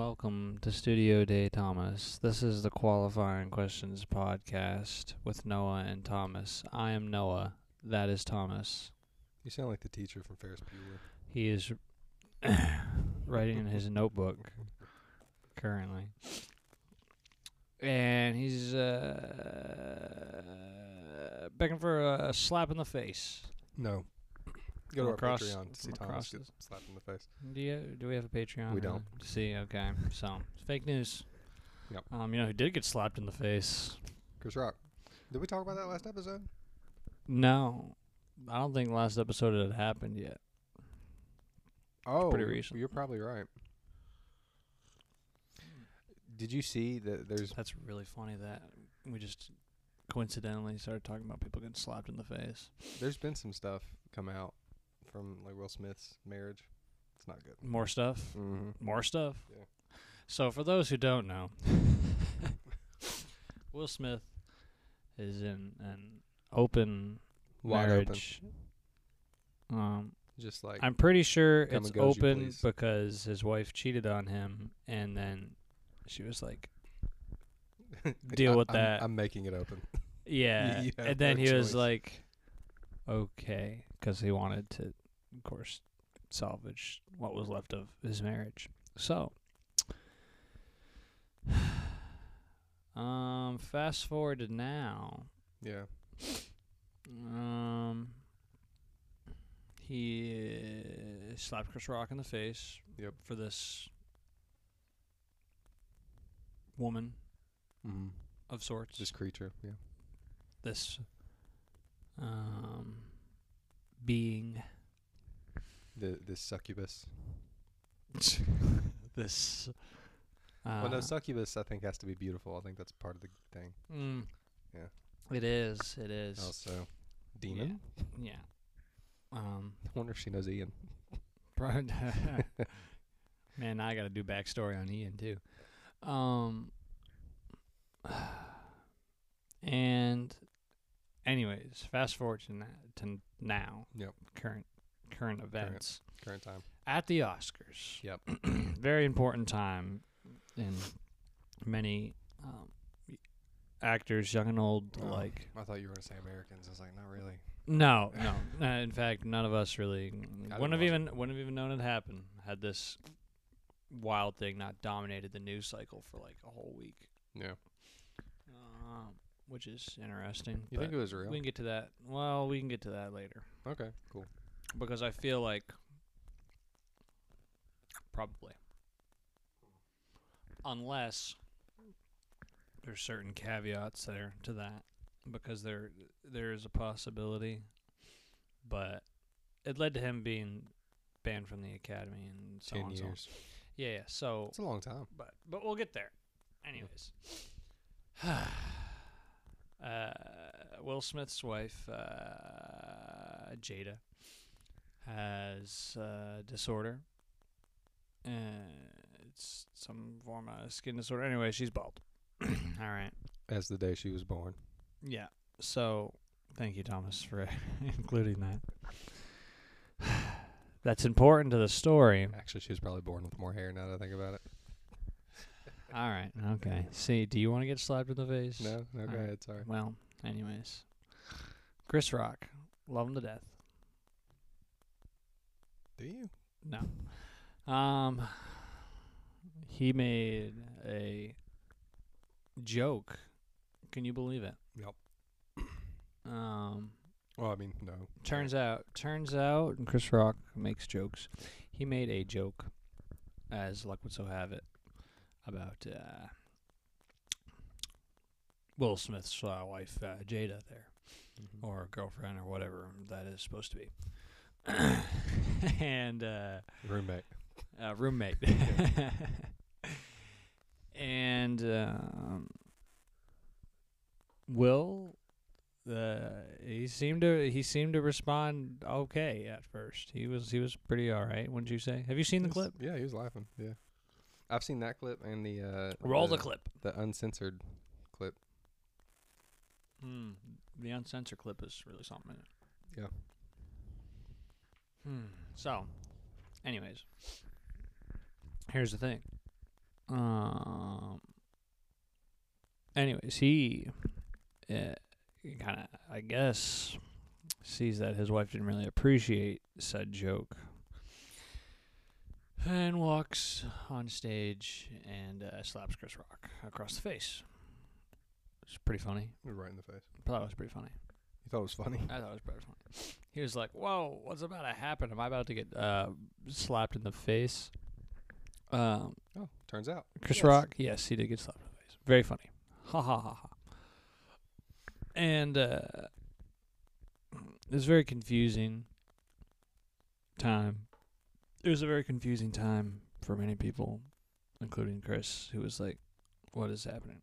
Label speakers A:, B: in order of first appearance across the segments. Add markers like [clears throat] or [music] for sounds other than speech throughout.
A: to Studio Day Thomas. This is the Qualifying Questions podcast with Noah and Thomas. I am Noah. That is Thomas.
B: You sound like the teacher from Ferris Bueller.
A: He is [coughs] writing in his notebook currently. And he's uh, begging for a slap in the face.
B: No. Go to
A: From
B: our
A: across-
B: Patreon to see
A: from
B: Thomas
A: across
B: get
A: the-
B: slapped in the face.
A: Do you do we have a Patreon?
B: We
A: or-
B: don't.
A: See, okay. So fake news.
B: Yep.
A: Um, you know who did get slapped in the face?
B: Chris Rock. Did we talk about that last episode?
A: No. I don't think last episode it had happened yet.
B: Oh,
A: pretty
B: you're-
A: recent.
B: You're probably right. Did you see that there's
A: That's really funny that we just coincidentally started talking about people getting slapped in the face.
B: there's been some stuff come out from like Will Smith's marriage? It's not good.
A: More stuff.
B: Mm-hmm.
A: More stuff.
B: Yeah.
A: So for those who don't know, [laughs] Will Smith is in an open
B: Wide open.
A: marriage. Um,
B: Just like
A: I'm pretty sure
B: come
A: it's
B: and go as you
A: open
B: please.
A: because his wife cheated on him, and then she was like, deal
B: [laughs] I-
A: with
B: I'm-
A: that.
B: I'm making it open.
A: "Yeah,"
B: [laughs] you have
A: and then
B: no
A: he was
B: choice.
A: like, "Okay," because he wanted to, of course, salvage what was left of his marriage. So, [sighs] um, fast forward to now.
B: Yeah.
A: Um, he uh, slapped Chris Rock in the face.
B: Yep.
A: For this woman
B: Mm-hmm.
A: of sorts,
B: Just creature. Yeah.
A: this um being,
B: The this succubus.
A: this. Uh,
B: well, no, succubus I think has to be beautiful. I think that's part of the thing.
A: mm,
B: Yeah.
A: It is. It is.
B: Also,
A: Yeah,
B: demon.
A: Yeah. Um. [laughs]
B: I wonder if she knows Ian.
A: Brian- [laughs] Man, now I got to do backstory on Ian too. Um, [sighs] and, anyways, fast forward to, na- to now.
B: Yep.
A: Current current events
B: Current time.
A: at the Oscars.
B: Yep.
A: [clears throat] Very important time in many um, y- actors, young and old
B: Oh.
A: alike.
B: I thought you were gonna say Americans. I was like, not really.
A: No, no. Uh, in fact, none of us really
B: didn't
A: wouldn't have
B: watch it.
A: even wouldn't have even known it happened had this wild thing not dominated the news cycle for like a whole week,
B: Yeah.
A: um, which is interesting.
B: You think
A: but
B: it was real?
A: we can get to that? Well, we can get to that later
B: Okay. Cool.
A: because I feel like probably unless there's certain caveats there to that because there there is a possibility but it led to him being banned from the academy and so on
B: Ten
A: and so on.
B: years.
A: yeah yeah so
B: It's a long time.
A: but but we'll get there anyways [sighs] uh, will smith's wife uh, jada has uh, disorder uh, it's some form of skin disorder anyway she's bald [clears throat] all right
B: As the day she was born.
A: yeah so thank you thomas for [laughs] including that [sighs] that's important to the story
B: Actually, she was probably born with more hair. Now that I think
A: [laughs]
B: about it.
A: all right okay see do you want to get slapped in the face
B: No. No. Go
A: Alright.
B: ahead. Sorry.
A: Well, anyways, Chris Rock, love him to death.
B: Do you?
A: No, um, he made a joke. Can you believe it?
B: Yep.
A: Um,
B: Well, I mean, no.
A: turns out, turns out, and Chris Rock makes jokes. He made a joke, as luck would so have it, about uh, Will Smith's uh, wife uh, Jada there.
B: Mhm.
A: or girlfriend or whatever that is supposed to be. [laughs] and uh,
B: Roommate.
A: uh, roommate. [laughs] and um, Will, uh, he seemed to he seemed to respond okay at first. He was he was pretty all right. Wouldn't you say? Have you seen the
B: Yes.
A: clip?
B: Yeah, he was laughing. Yeah. I've seen that clip and the uh,
A: Roll the, clip.
B: the uncensored clip.
A: Hmm. The uncensored clip is really something. In it.
B: Yeah.
A: Hmm. So, anyways, here's the thing. Um. Anyways, he, uh, kind of, I guess, sees that his wife didn't really appreciate said joke, and walks on stage and uh, slaps Chris Rock across the face. It's pretty funny.
B: Right in the face.
A: I thought it was pretty funny.
B: You thought it was funny?
A: I thought it was pretty funny. He was like, "Whoa, what's about to happen? Am I about to get uh, slapped in the face?" Um,
B: Oh, turns out.
A: Chris
B: Yes.
A: Rock. Yes, he did get slapped in the face. Very funny. Ha ha ha ha. And uh, it was very confusing time. It was a very confusing time for many people, including Chris, who was like, "What is happening?"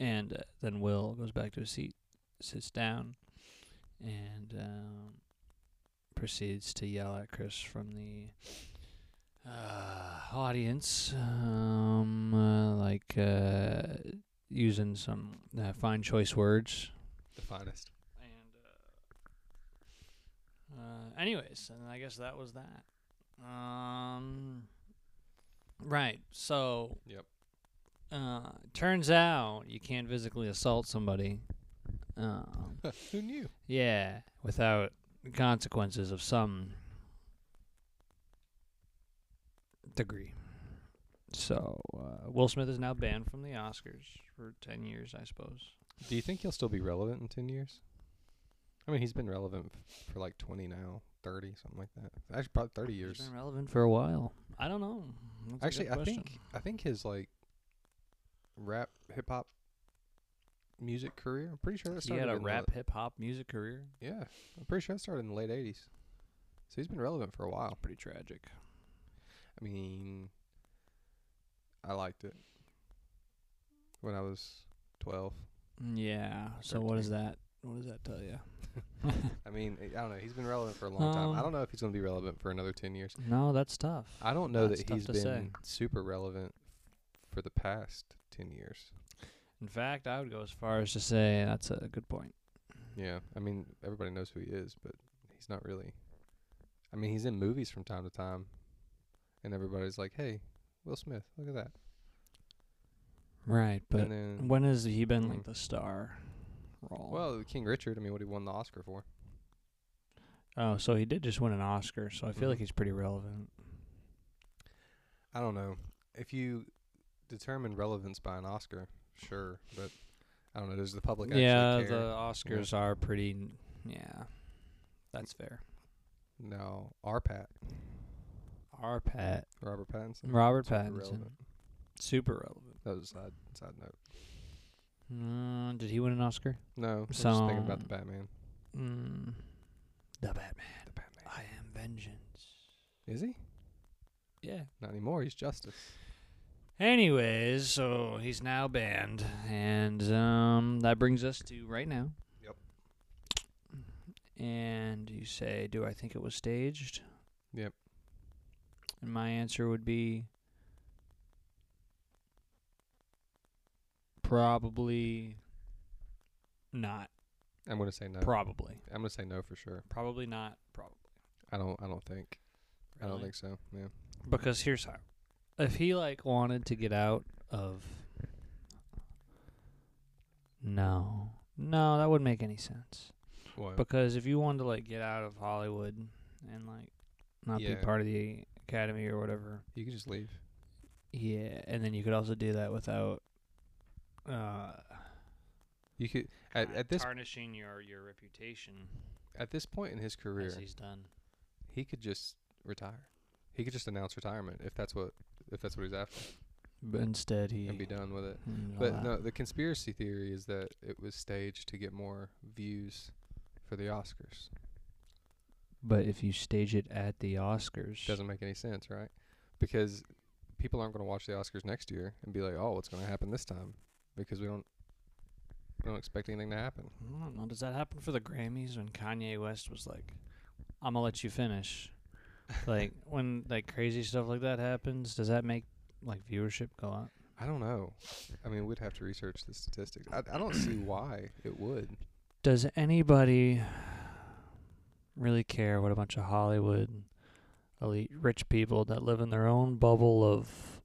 A: And uh, then Will goes back to his seat, sits down, and um, proceeds to yell at Chris from the uh, audience, um, uh, like uh, using some uh, fine choice words.
B: The finest.
A: And uh, uh, anyways, and I guess that was that. Um, right. So
B: Yep.
A: uh, turns out you can't physically assault somebody. Um,
B: [laughs] Who knew?
A: yeah, without consequences of some degree. So uh, Will Smith is now banned from the Oscars for ten years, I suppose.
B: Do you think he'll still be relevant in 10 years? I mean, he's been relevant f- for like 20 now, 30, something like that. Actually, probably 30 years.
A: He's been relevant for a while. I don't know. That's a
B: Actually,
A: good
B: I
A: question.
B: think I think his like rap, hip hop, music career. I'm pretty sure that
A: he
B: started.
A: had a
B: in the-
A: rap hip hop music career.
B: yeah, I'm pretty sure that started in the late '80s. So he's been relevant for a while.
A: Pretty tragic.
B: I mean, I liked it when I was 12.
A: Mm, Yeah. So what is that? What does that tell you?
B: I mean, I don't know. He's been relevant for a long time. I
A: Um,
B: don't know if he's gonna be relevant for another 10 years.
A: No, that's tough.
B: I don't know
A: That's
B: that
A: tough
B: he's
A: to
B: been
A: say.
B: super relevant for the past 10 years.
A: In fact, I would go as far as to say that's a good point.
B: Yeah, I mean everybody knows who he is, but he's not really. I mean, he's in movies from time to time, and everybody's like, "Hey, Will Smith, look at that."
A: Right, but
B: and then,
A: When has he been
B: Mm.
A: like the star role?
B: well, King Richard. I mean, what he won the Oscar for?
A: oh, so he did just win an Oscar, so I feel like
B: Mhm.
A: he's pretty relevant.
B: I don't know. If you determine relevance by an Oscar, sure, but I don't know. Does the public actually
A: yeah, the
B: care?
A: Oscars are pretty. n- Yeah, that's fair.
B: no, our Pat,
A: Our Pat,
B: Robert Pattinson.
A: Mm. Robert
B: super
A: Pattinson,
B: relevant.
A: super relevant.
B: That was a side side note.
A: Mm, did he win an Oscar?
B: No, I'm just thinking about
A: Some-
B: the Batman.
A: Mm, the Batman.
B: The Batman.
A: I am vengeance.
B: Is he?
A: Yeah.
B: Not anymore. He's Justice.
A: Anyways, so he's now banned, and um, that brings us to right now.
B: Yep.
A: And you say, "Do I think it was staged?"
B: Yep.
A: And my answer would be probably not.
B: I'm gonna say no.
A: Probably.
B: I'm gonna say no for sure.
A: Probably not. Probably.
B: I don't. I don't think. I don't
A: Really?
B: think so. Yeah.
A: Because here's how. If he like wanted to get out of No. No, that wouldn't make any sense.
B: Well,
A: Because if you wanted to like get out of Hollywood and like not
B: Yeah.
A: be part of the academy or whatever.
B: you can just leave.
A: Yeah, and then you could also do that without uh
B: You could at,
A: kinda
B: at this
A: tarnishing your your reputation
B: at this point in his career,
A: as he's done.
B: he could just retire. He could just announce retirement if that's what if that's what he's after
A: But instead he
B: and be done with it.
A: and all
B: But
A: that.
B: no, the conspiracy theory is that it was staged to get more views for the Oscars.
A: but if you stage it at the Oscars
B: Doesn't make any sense, right? Because people aren't going to watch the Oscars next year and be like, "Oh, what's going to happen this time?" Because we don't we don't expect anything to happen.
A: I don't know. Does that happen for the Grammys when Kanye West was like, "I'm gonna let you [laughs] finish"? like when like crazy stuff like that happens, does that make like viewership go up?
B: I don't know. I mean, we'd have to research the statistics. I, I don't see why it would.
A: Does anybody really care what a bunch of Hollywood elite rich people that live in their own bubble of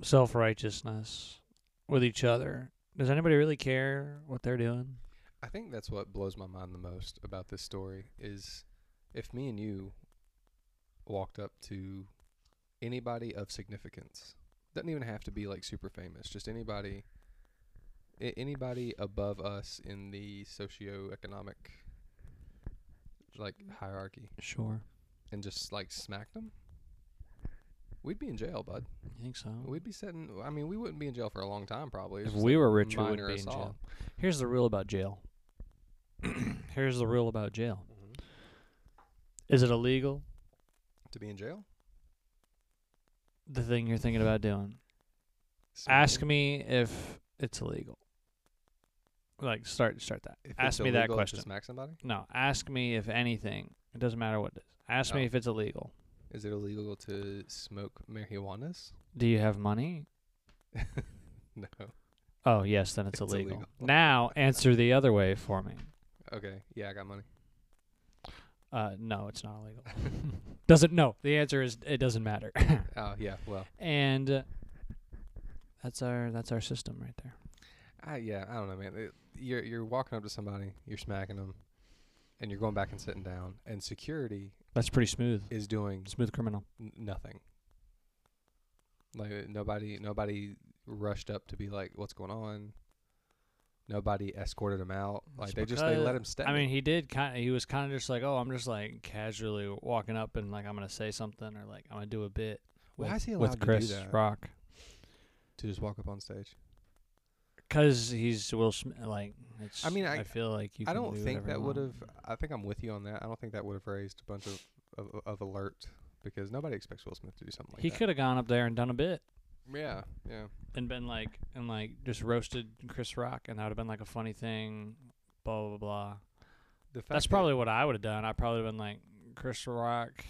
A: self righteousness with each other. Does anybody really care what they're doing?
B: I think that's what blows my mind the most about this story is if me and you walked up to anybody of significance, doesn't even have to be like super famous, just anybody a- anybody above us in the socioeconomic like
A: Mm-hmm.
B: hierarchy
A: Sure.
B: and just like smacked them, we'd be in jail, bud.
A: You think so?
B: We'd be sitting. I mean, we wouldn't be in jail for a long time, probably. It's
A: Mm-hmm. if
B: just,
A: we
B: like,
A: were rich, we would be
B: minor
A: in
B: assault.
A: jail. Here's the rule about jail. [clears throat] Here's the rule about jail. Is it illegal?
B: To be in jail.
A: The thing you're thinking about doing.
B: So
A: Ask me if it's illegal. Like start start that.
B: if
A: ask
B: it's
A: me that
B: illegal
A: question.
B: To smack somebody.
A: No, ask me if anything. It doesn't matter what it is. Ask
B: Oh.
A: me if it's illegal.
B: Is it illegal to smoke marijuanas? [laughs]
A: Do you have money?
B: no.
A: Oh yes, then it's,
B: It's
A: illegal.
B: illegal.
A: Now answer the other way for me.
B: Okay. Yeah, I got money.
A: Uh, no, it's not
B: [laughs]
A: illegal. doesn't no. The answer is it doesn't matter. [laughs]
B: Oh yeah. Well,
A: and uh, that's our that's our system right there.
B: I, yeah. I don't know, man. It- you're you're walking up to somebody, you're smacking them, and you're going back and sitting down, and security
A: That's pretty smooth.
B: is doing
A: Smooth criminal.
B: n- nothing. Like uh, nobody, nobody rushed up to be like, "What's going on?" Nobody escorted him out. Like
A: It's
B: they just they let
A: because-
B: him stay.
A: I mean, he did kind. Of, he was kind of just like, oh, I'm just like casually walking up and like I'm gonna say something or like I'm gonna do a bit.
B: why
A: with,
B: is he allowed
A: with Chris
B: to do that?
A: Rock?
B: To just walk up on stage.
A: Because he's Will Smith. Like it's.
B: I mean, I-
A: I feel like you.
B: I
A: can
B: don't
A: do
B: think
A: whatever
B: that
A: you
B: would
A: want.
B: have. I think I'm with you on that. I don't think that would have raised a bunch of of, of alert because nobody expects Will Smith to do something like
A: he
B: that.
A: could have gone up there and done a bit
B: Yeah, yeah.
A: and been like and like just roasted Chris Rock and that would have been like a funny thing. Blah blah blah.
B: The fact
A: That's
B: that-
A: probably what I would have done. I probably would have been like, Chris Rock,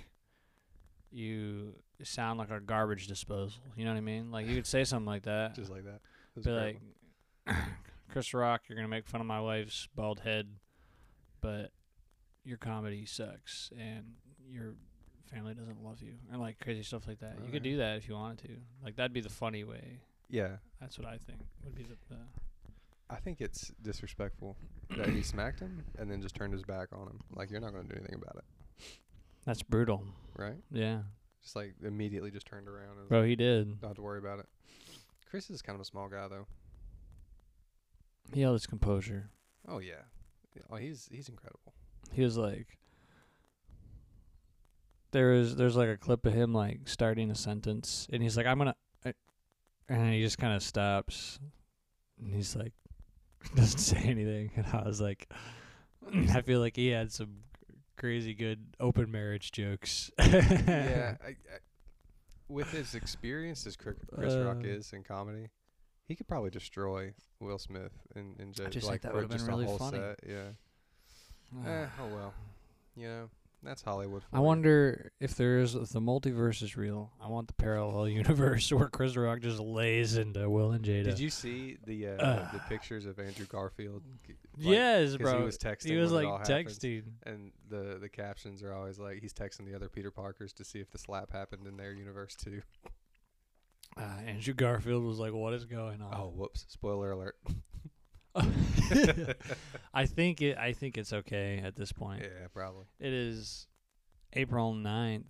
A: you sound like a garbage disposal. You know what I mean? Like you could say something like [laughs] that.
B: [laughs] just like that. That's
A: be
B: a great
A: like, [clears throat]
B: one.
A: Chris Rock, you're gonna make fun of my wife's bald head, but your comedy sucks and your family doesn't love you and like crazy stuff like that. you
B: Alright.
A: could do that if you wanted to. Like that'd be the funny way.
B: yeah.
A: That's what I think would be the. the
B: I think it's disrespectful that he smacked him and then just turned his back on him. Like you're not going to do anything about it,
A: that's brutal.
B: right?
A: Yeah,
B: Just like immediately just turned around and
A: bro, he did.
B: not to worry about it. Chris is kind of a small guy though.
A: He held his composure.
B: Oh yeah. Yeah, Oh, he's he's incredible.
A: he was like there is there's like a clip of him like starting a sentence and he's like i'm gonna I, and he just kind of stops and he's like [laughs] doesn't say anything and i was like [clears throat] i feel like he had some crazy good open marriage jokes [laughs]
B: yeah. I, I, with his experience as Cri- Chris Rock
A: Uh.
B: is in comedy, he could probably destroy Will Smith in in just,
A: just think
B: like
A: that
B: for
A: would've been
B: just
A: really
B: a whole
A: funny. Mm.
B: set. Yeah. eh, oh well. You know that's Hollywood. For
A: I
B: you.
A: wonder if there is if the multiverse is real. I want the parallel [laughs] universe where Chris Rock just lays into Will and Jada.
B: Did you see the uh,
A: Uh.
B: the pictures of Andrew Garfield? like,
A: yes,
B: 'cause
A: bro.
B: He was texting.
A: He was
B: when it
A: like
B: all happened,
A: texting.
B: and the the captions are always like he's texting the other Peter Parkers to see if the slap happened in their universe too.
A: Uh, Andrew Garfield was like, "What is going on?"
B: Oh, whoops! Spoiler alert.
A: [laughs]
B: [laughs]
A: I think it. I think it's okay at this point.
B: Yeah, probably.
A: It is April 9th.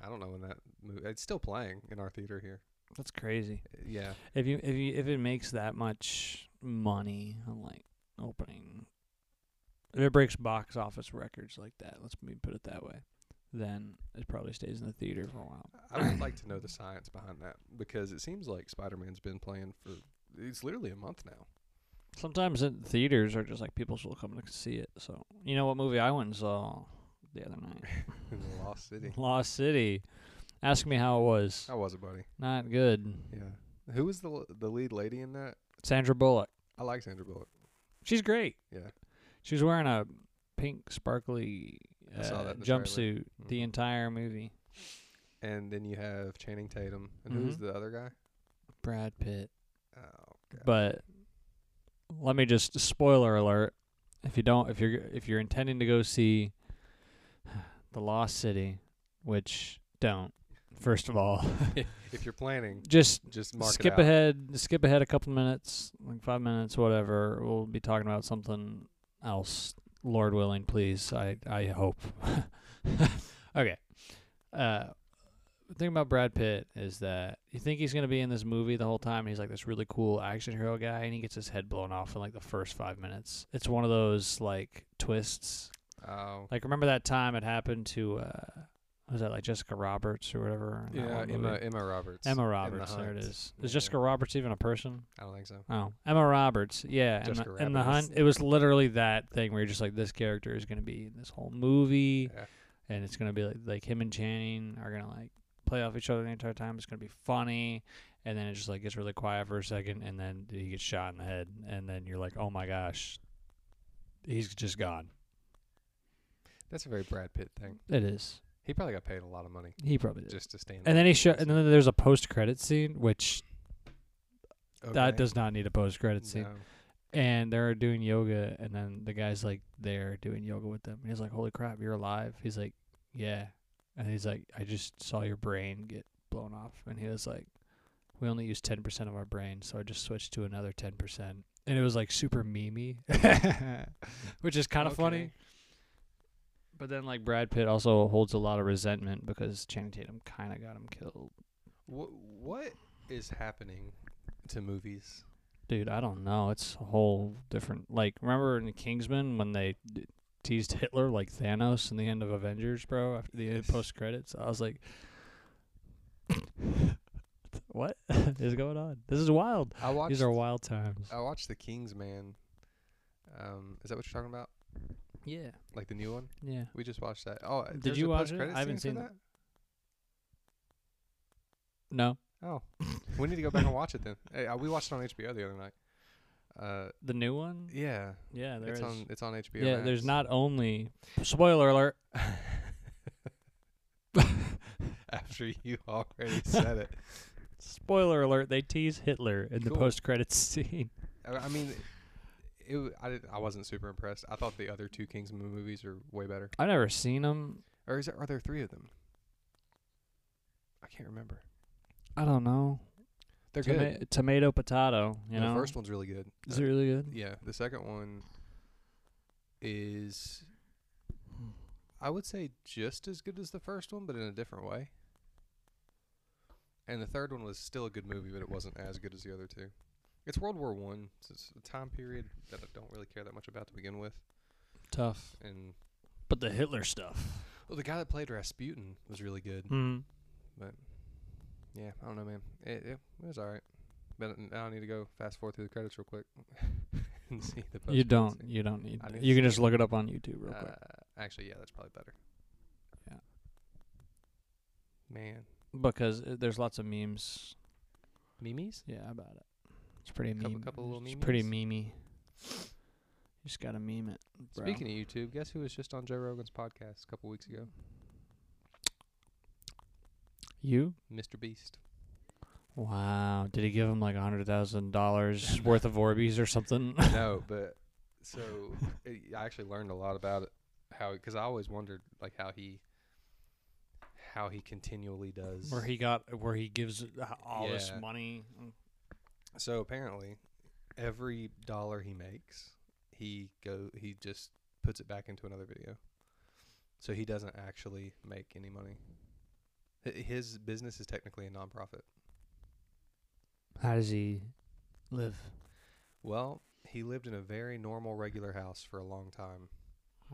B: I don't know when that movie. It's still playing in our theater here.
A: That's crazy.
B: Uh, Yeah,
A: If you if you if it makes that much money on like opening, if it breaks box office records like that, let's me put it that way, then it probably stays in the theater for a while.
B: I would like to know the science behind that because it seems like Spider Man's been playing for it's literally a month now.
A: Sometimes in theaters are just like people still coming to see it. So you know what movie I went and saw the other night.
B: in the Lost City.
A: Lost City. Ask me how it was.
B: How was it, buddy?
A: Not good.
B: Yeah. Who was the l- the lead lady in that?
A: Sandra Bullock.
B: I like Sandra Bullock.
A: She's great.
B: Yeah.
A: She was wearing a pink sparkly
B: I saw
A: uh,
B: that in the trailer.
A: jumpsuit the
B: Mhm.
A: entire movie.
B: And then you have Channing Tatum. And who's
A: Mhm.
B: the other guy?
A: Brad Pitt.
B: Oh, God.
A: But let me just spoiler alert. If you don't if you're if you're [sighs] intending to go see The Lost City, which don't First of all, [laughs]
B: If you're planning,
A: just
B: just mark
A: skip
B: it out.
A: ahead. Skip ahead a couple minutes, like five minutes, whatever. We'll be talking about something else. Lord willing, please. I I hope. [laughs] okay. Uh, the thing about Brad Pitt is that you think he's gonna be in this movie the whole time, and he's like this really cool action hero guy, and he gets his head blown off in like the first five minutes. It's one of those like twists
B: Oh,
A: like remember that time it happened to uh was that like Jessica Roberts or whatever? in that
B: yeah,
A: one
B: Emma
A: movie?
B: Emma Roberts.
A: Emma
B: in The
A: Roberts. there it
B: Hunt.
A: is. Is
B: Yeah.
A: Jessica Roberts even a person?
B: I don't think so.
A: Oh, Emma Roberts. Yeah, in
B: Jessica
A: the, in the
B: Rabbit.
A: hunt, it was literally that thing where you're just like, this character is gonna be in this whole movie,
B: Yeah.
A: and it's gonna be like like him and Channing are gonna like play off each other the entire time. It's gonna be funny, and then it just like gets really quiet for a second, and then he gets shot in the head, and then you're like, oh my gosh, he's just gone.
B: That's a very Brad Pitt thing.
A: It is.
B: He probably got paid a lot of money
A: He probably did.
B: just to stand.
A: And
B: there
A: then he show,
B: and
A: and then there's a post credit scene, which
B: Okay.
A: that does not need a post credit scene.
B: No.
A: And they're doing yoga, and then the guy's like there doing yoga with them, and he's like, "Holy crap, you're alive!" He's like, "Yeah," and he's like, "I just saw your brain get blown off," and he was like, "We only use ten percent of our brain, so I just switched to another ten percent." And it was like super memey, [laughs] which is kind of funny.
B: Okay.
A: But then like Brad Pitt also holds a lot of resentment because Channing Tatum kind of got him killed.
B: Wh- what is happening to movies?
A: Dude, I don't know. It's a whole different. Like, remember in Kingsman when they d- teased Hitler like Thanos in the end of Avengers, bro? After the end post credits, I was like, [laughs] "What [laughs] is going on? This is wild.
B: I watched.
A: These are wild times."
B: I watched The King's Man. Um, is that what you're talking about?
A: Yeah,
B: Like the new one?
A: yeah.
B: We just watched that. Oh,
A: Did
B: there's
A: you
B: a
A: watch it?
B: post-credit
A: I haven't
B: scene for
A: seen it. No,
B: that. Oh, we need to go back and watch it then. Hey, uh, we watched it on HBO the other night. Uh,
A: the new one.
B: yeah,
A: Yeah, there
B: it's
A: is.
B: on it's on HBO.
A: yeah, there's
B: Max.
A: not only spoiler alert. [laughs]
B: [laughs] After you already said it,
A: Spoiler alert. They tease Hitler in the
B: Cool.
A: post credits [laughs] scene.
B: I I mean, it. w- I didn't, I wasn't super impressed. I thought the other two Kingsman movies are way better.
A: I've never seen them.
B: Or is there, are there three of them? I can't remember.
A: I don't know.
B: They're
A: Toma-
B: good.
A: Tomato potato. You
B: the
A: know,
B: first one's really good.
A: is
B: Uh,
A: it really good?
B: Yeah, the second one is I would say just as good as the first one, but in a different way. And the third one was still a good movie, but it wasn't as good as the other two. It's World War One, so it's a time period that I don't really care that much about to begin with.
A: Tough,
B: And
A: but the Hitler stuff.
B: well, the guy that played Rasputin was really good,
A: Mm.
B: but yeah, I don't know, man. It, it, it was all right, but now I need to go fast forward through the credits real quick [laughs] and see the.
A: You
B: post-credits
A: don't.
B: scene.
A: You don't need.
B: I
A: that.
B: need to
A: You can
B: see
A: just look it up on YouTube real
B: Uh,
A: quick.
B: actually, yeah, that's probably better.
A: Yeah.
B: Man,
A: Because uh, there's lots of memes.
B: memes.
A: Yeah, about it. It's pretty
B: Couple-
A: meme.
B: couple little
A: it's pretty
B: memes?
A: memey. You just gotta meme it. bro.
B: Speaking of YouTube, guess who was just on Joe Rogan's podcast a couple weeks ago?
A: you.
B: Mr.
A: [laughs]
B: Beast.
A: Wow. Did he give him like a hundred thousand
B: [laughs]
A: dollars worth of Orbeez or something?
B: no, but so it, I actually learned a lot about it. How? Because I always wondered like how he, how he continually
A: [laughs]
B: does.
A: where he got where he gives uh, all this
B: Yeah.
A: money. Mm.
B: So apparently, every dollar he makes, he go he just puts it back into another video. So he doesn't actually make any money. Hi- His business is technically a nonprofit.
A: How does he live?
B: Well, he lived in a very normal, regular house for a long time,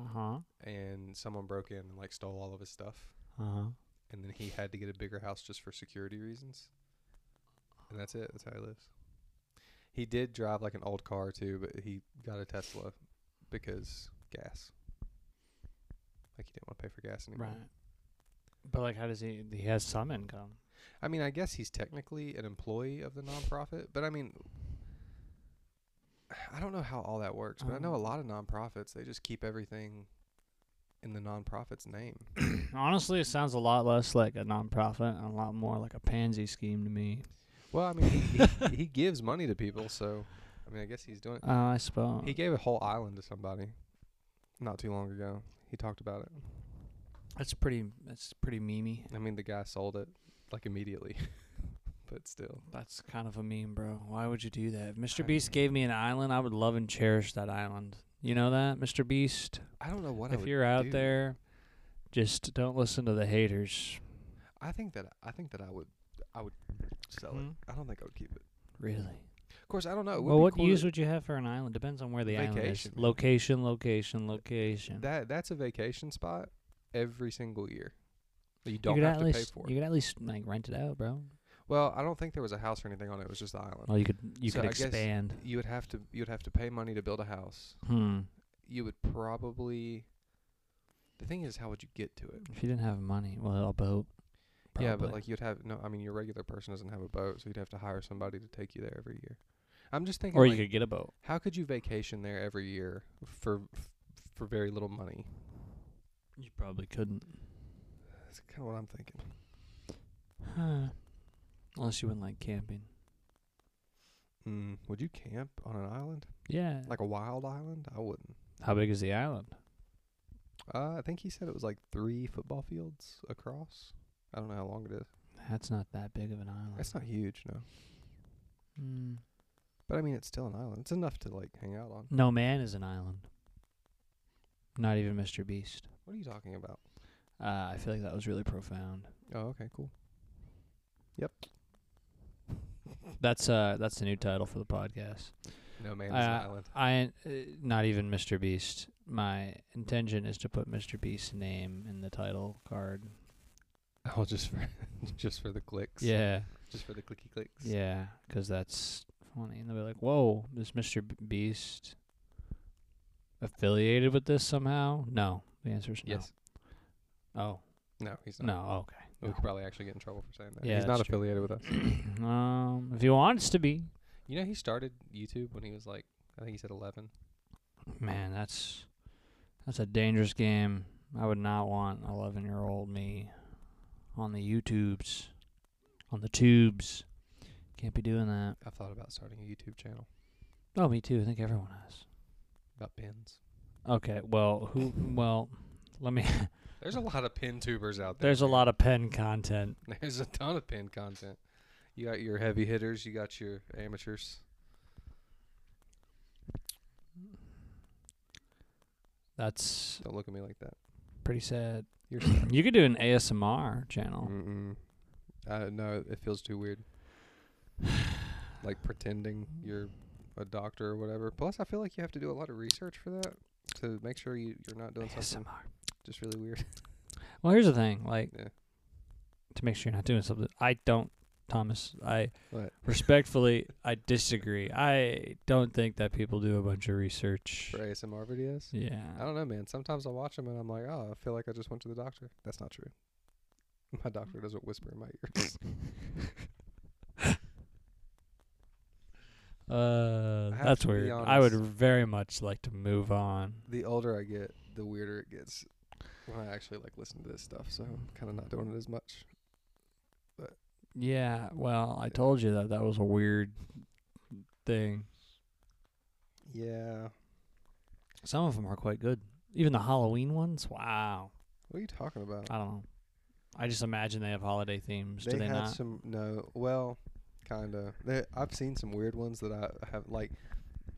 A: Uh huh.
B: and someone broke in and like stole all of his stuff,
A: Uh huh.
B: and then he had to get a bigger house just for security reasons. And that's it. That's how he lives. He did drive like an old car too, but he got a Tesla because gas. Like he didn't want to pay for gas anymore.
A: Right. But like, how does he? He has some income. [clears throat]
B: I mean, I guess he's technically an employee of the nonprofit, but I mean, I don't know how all that works, but I know a
A: Um,
B: lot of nonprofits, they just keep everything in the
A: [laughs]
B: nonprofit's name.
A: Honestly, it sounds a lot less like a nonprofit and a lot more like a pansy scheme to me.
B: Well, I mean, he, he, he gives money to people, so I mean, I guess he's doing it.
A: Uh, I suppose.
B: He gave a whole island to somebody not too long ago. He talked about it.
A: that's pretty. That's pretty memey.
B: I mean, the guy sold it like immediately. [laughs] but still,
A: That's kind of a meme, bro. Why would you do that? If Mr.
B: I
A: Beast
B: mean-
A: gave me an island, I would love and cherish that island. You know that, Mr. Beast?
B: I don't know what I
A: if
B: would
A: you're out
B: do.
A: there, just don't listen to the haters.
B: I think that I think that I would I would sell
A: Hmm?
B: it. I don't think I would keep it.
A: Really?
B: Of course, I don't know. It would
A: Well,
B: be
A: what
B: cool
A: use
B: to-
A: would you have for an island? Depends on where the island is.
B: Vacation, man.
A: Location, location, location.
B: [laughs] that that's a vacation spot every single year. that You
A: you
B: don't
A: could
B: have
A: at
B: to
A: least
B: pay for
A: you
B: it.
A: could at least like rent it out, bro.
B: Well, I don't think there was a house or anything on it. It was just the island.
A: Well, you could you
B: So
A: could
B: I guess
A: expand.
B: You would have to you would have to pay money to build a house.
A: Hmm.
B: You would probably. The thing is, how would you get to it?
A: If you didn't have money, well, a boat.
B: Yeah, but
A: probably.
B: like you'd have no. I mean, your regular person doesn't have a boat, so you'd have to hire somebody to take you there every year. I'm just thinking,
A: or
B: like,
A: you could get a boat.
B: how could you vacation there every year for f- for very little money?
A: You probably couldn't.
B: That's kind of what I'm thinking.
A: Huh. Unless you went like camping.
B: Mm, would you camp on an island,
A: Yeah.
B: like a wild island? I wouldn't.
A: How big is the island?
B: Uh, I think he said it was like three football fields across. I don't know how long it is.
A: That's not that big of an island.
B: It's not huge, no.
A: Mm.
B: But I mean, it's still an island. It's enough to like hang out on.
A: No man is an island. Not even Mr. Beast.
B: What are you talking about?
A: Uh, I feel like that was really profound.
B: Oh, okay, cool.
A: That's uh, that's the new title for the podcast.
B: No man is
A: Uh,
B: an island. [laughs]
A: I uh, not even Mr. Beast. My intention is to put Mr. Beast's name in the title card.
B: Oh, just for [laughs] just for the clicks.
A: Yeah,
B: Just for the clicky clicks.
A: yeah, because that's funny. And they'll be like, "Whoa, is Mr. B- Beast affiliated with this somehow?" No, the answer is no.
B: Yes.
A: Oh,
B: No, he's not.
A: no. Okay.
B: We could probably actually get in trouble for saying that.
A: Yeah,
B: he's not
A: that's true.
B: affiliated with us.
A: [clears throat] um, if he wants to be,
B: You know, he started YouTube when he was like, I think he said 11.
A: man, that's that's a dangerous game. I would not want an 11 year old me on the YouTubes, on the tubes. Can't be doing that.
B: I've thought about starting a YouTube channel
A: Oh, me too. I think everyone has.
B: about pins.
A: Okay, well, who? Well, let me. [laughs]
B: There's a lot of pin tubers out there.
A: There's a lot of pen content.
B: man. [laughs] There's a ton of pin content. You got your heavy hitters, you got your amateurs.
A: That's
B: Don't look at me like that.
A: pretty sad. [coughs] [laughs]
B: You're
A: You could do an ASMR channel.
B: Mm-mm. Uh, no, it feels too weird.
A: [sighs]
B: like pretending you're a doctor or whatever. Plus, I feel like you have to do a lot of research for that to make sure you, you're not doing something
A: ASMR.
B: just really weird.
A: Well, here's the thing. Like,
B: yeah.
A: to make sure you're not doing something. I don't, Thomas. I
B: What? [laughs]
A: respectfully, I disagree. I don't think that people do a bunch of research.
B: For ASMR videos? I
A: Yeah.
B: don't know, man. Sometimes I watch them and I'm like, oh, I feel like I just went to the doctor. That's not true. [laughs] My doctor doesn't whisper in my ear.
A: Uh,
B: I have
A: that's
B: to be
A: weird. I would
B: honest.
A: very much like to move on.
B: the older I get, the weirder it gets when I actually like listen to this stuff. So I'm kind of not doing it as much.
A: Yeah. Well, I
B: Yeah.
A: told you that that was a weird thing.
B: Yeah.
A: Some of them are quite good. Even the Halloween ones. Wow.
B: What are you talking about?
A: I don't know. I just imagine they have holiday themes. Do they
B: had
A: not?
B: some no. Well, kind of. I've seen some weird ones that I have like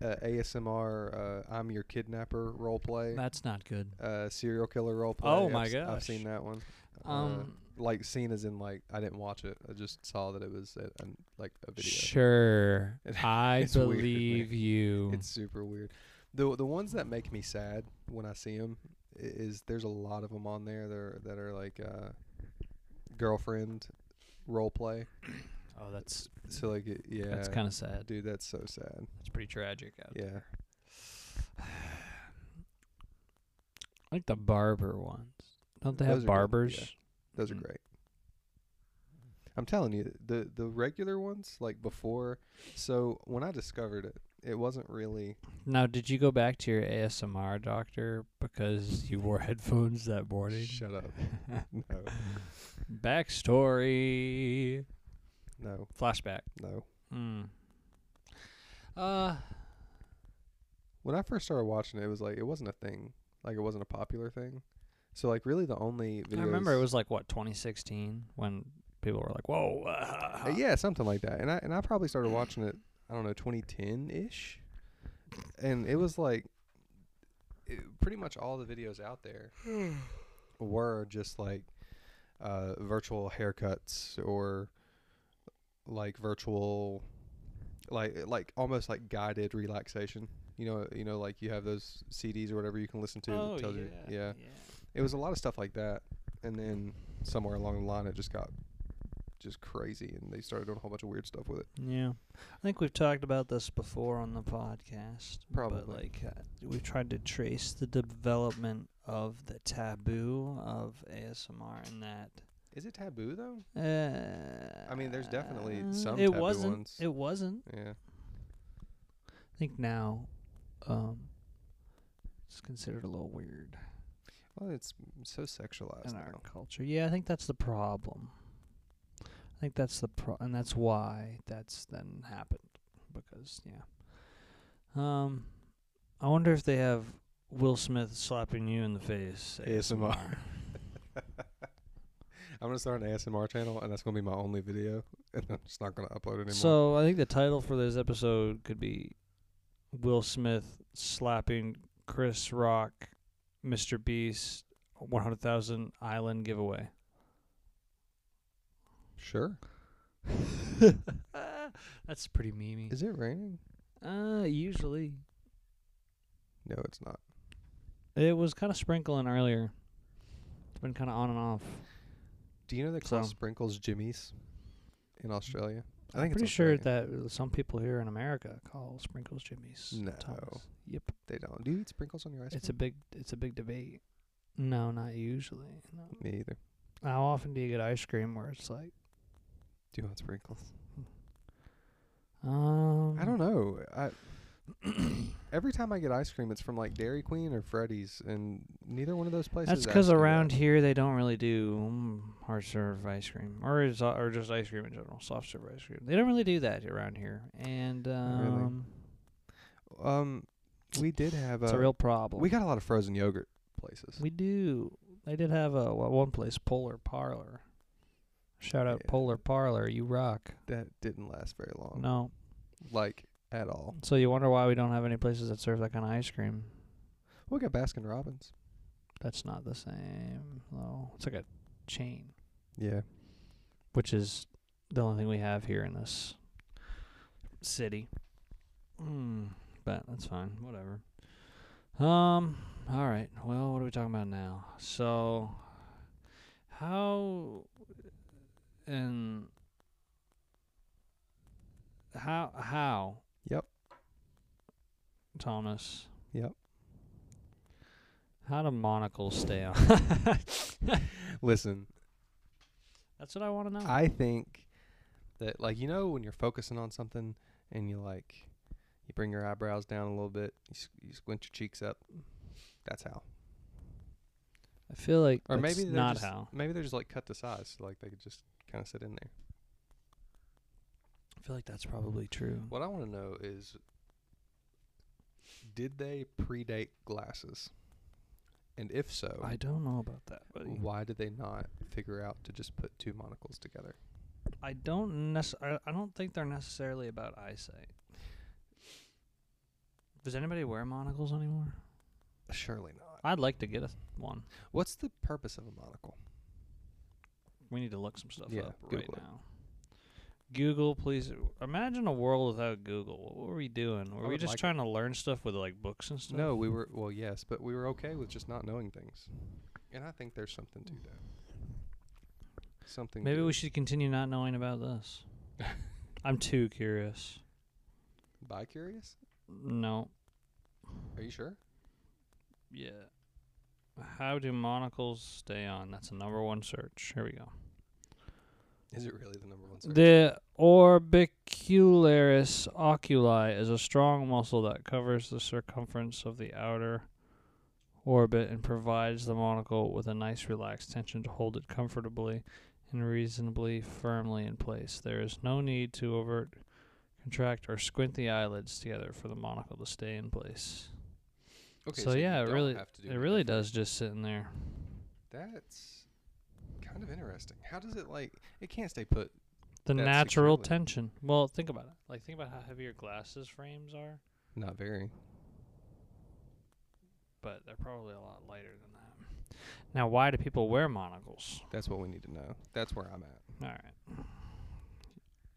B: uh, ASMR. Uh, I'm your kidnapper role play.
A: That's not good.
B: Uh, serial killer role play.
A: Oh
B: I've
A: my
B: s- I've seen
A: gosh.
B: that one. Uh,
A: Um,
B: like seen as in like I didn't watch it. I just saw that it was a, an like a video.
A: Sure.
B: It-
A: I
B: [laughs] it's weird, man.
A: believe you.
B: It's super weird. The the ones that make me sad when I see them is there's a lot of them on there that are, that are like uh, girlfriend role play.
A: oh, that's
B: So like it, yeah,
A: that's kind of sad.
B: dude. That's so sad.
A: That's pretty tragic. Out there.
B: Yeah.
A: I like the barber ones. Don't they have
B: Those are good, yeah.
A: barbers?
B: Those are
A: Mm.
B: great. I'm telling you, the the regular ones like before. So when I discovered it, it wasn't really.
A: Now, did you go back to your ASMR doctor because you wore headphones that morning? [laughs]
B: Shut up. No,
A: Backstory.
B: no,
A: Flashback.
B: no.
A: Mm. Uh,
B: When I first started watching it, it was like it wasn't a thing. Like it wasn't a popular thing. So like really, the only videos
A: I remember it was like what 2016 when people were like, "Whoa!" [laughs] ah,
B: Uh, yeah, something like that. And I and I probably started watching it. I don't know, 2010 ish, and it was like it- pretty much all the videos out there were just like uh, virtual haircuts or like virtual, like like almost like guided relaxation. You know, you know, like you have those CDs or whatever you can listen to. that
A: Oh,
B: tells you- yeah. It was a lot of stuff like that, and then somewhere along the line, it just got just crazy, and they started doing a whole bunch of weird stuff with it.
A: Yeah, I think we've talked about this before on the podcast. but
B: Probably.
A: like uh, we've tried to trace the development of the taboo of ASMR and that.
B: Is it taboo though?
A: Uh,
B: mean, there's definitely some
A: It
B: taboo
A: wasn't.
B: ones.
A: It wasn't.
B: Yeah,
A: I think now, um, it's considered a little weird
B: well, it's so sexualized
A: in
B: now.
A: our culture. Yeah, I think that's the problem. I think that's the pro, and that's why that's then happened because yeah. Um, I wonder if they have Will Smith slapping you in the face
B: ASMR. I'm gonna start an ASMR channel, and that's gonna be my only video, [laughs] and I'm just not gonna upload [laughs] anymore.
A: So I think the title for this episode could be Will Smith slapping Chris Rock, Mr. Beast, 100,000 Island
B: [laughs]
A: giveaway.
B: sure.
A: [laughs] That's pretty memey.
B: Is it raining?
A: Uh, usually
B: No, it's not.
A: it was kind of sprinkling earlier. It's been kind of on and off.
B: Do you know the
A: So-
B: called sprinkles jimmies in Australia? I
A: I'm
B: think
A: pretty
B: it's
A: sure
B: Australia.
A: that some people here in America call sprinkles jimmies.
B: No.
A: Thomas. Yep.
B: they don't. Do you eat sprinkles on your ice
A: It's a
B: cream?
A: big. It's a big debate. No, not usually. No.
B: Me either.
A: How often do you get ice cream where it's like?
B: Do you want sprinkles?
A: Um, [clears throat]
B: I don't know. I every time I get ice cream, it's from like Dairy Queen or Freddy's, and neither one of those places.
A: That's because
B: actually
A: around
B: have-
A: here they don't really do mm, hard serve ice cream, or is uh, or just ice cream in general, soft serve ice cream. They don't really do that around here, and um,
B: really. um, we did have
A: it's
B: a,
A: a real problem.
B: We got a lot of frozen yogurt places.
A: we do. They did have a well, one place, Polar Parlor. Shout out
B: Yeah.
A: Polar Parlor, you rock.
B: that didn't last very long.
A: No,
B: like at all.
A: so you wonder why we don't have any places that serve that kind of ice cream.
B: We got Baskin Robbins.
A: That's not the same though. It's like a chain.
B: Yeah,
A: which is the only thing we have here in this city.
B: Hmm.
A: Mm, but that's fine, whatever. Um, all right. Well, what are we talking about now? So, how and how how?
B: Yep.
A: Thomas.
B: Yep.
A: How do monocles stay
B: [laughs]
A: on? [laughs]
B: listen,
A: That's what I want to know.
B: I think that like you know when you're focusing on something and you like you bring your eyebrows down a little bit, you, s- you squint your cheeks up. That's how.
A: I feel like
B: Or
A: that's
B: maybe they're
A: not
B: just,
A: how.
B: Maybe they're just like cut to size, so, like they could just kind of sit in there.
A: I feel like that's probably true.
B: What I want to know is, did they predate glasses? And if so,
A: I don't know about that, buddy.
B: why did they not figure out to just put two monocles together?
A: I don't necessarily. I don't think they're necessarily about eyesight. Does anybody wear monocles anymore?
B: Surely not.
A: I'd like to get a one.
B: What's the purpose of a monocle?
A: We need to look some stuff
B: Yeah,
A: up right
B: Google it.
A: now. Google, please. Imagine a world without Google. What were we doing? Were
B: I
A: we
B: would
A: just
B: like it.
A: trying to learn stuff with like books and stuff?
B: No, we were well, yes, but we were okay with just not knowing things, and I think there's something to that. Something.
A: Maybe
B: to
A: we
B: it.
A: should continue not knowing about
B: [laughs]
A: this. I'm too curious.
B: Bi curious?
A: No.
B: Are you sure?
A: Yeah. How do monocles stay on? That's the number one search. Here we go.
B: Is it really the number one? search?
A: The orbicularis oculi is a strong muscle that covers the circumference of the outer orbit and provides the monocle with a nice relaxed tension to hold it comfortably and reasonably firmly in place. There is no need to overt contract or squint the eyelids together for the monocle to stay in place.
B: okay,
A: so,
B: you
A: yeah, it
B: don't
A: really
B: have to do
A: it
B: that
A: really
B: effort.
A: does just sit in there.
B: That's kind kind of interesting. How does it like? It can't stay put.
A: The
B: That's
A: natural
B: securely.
A: tension. Well, think about it. Like think about how heavy your glasses frames are,
B: Not very.
A: but they're probably a lot lighter than that. Now, why do people wear monocles?
B: That's what we need to know. That's where I'm at.
A: All right.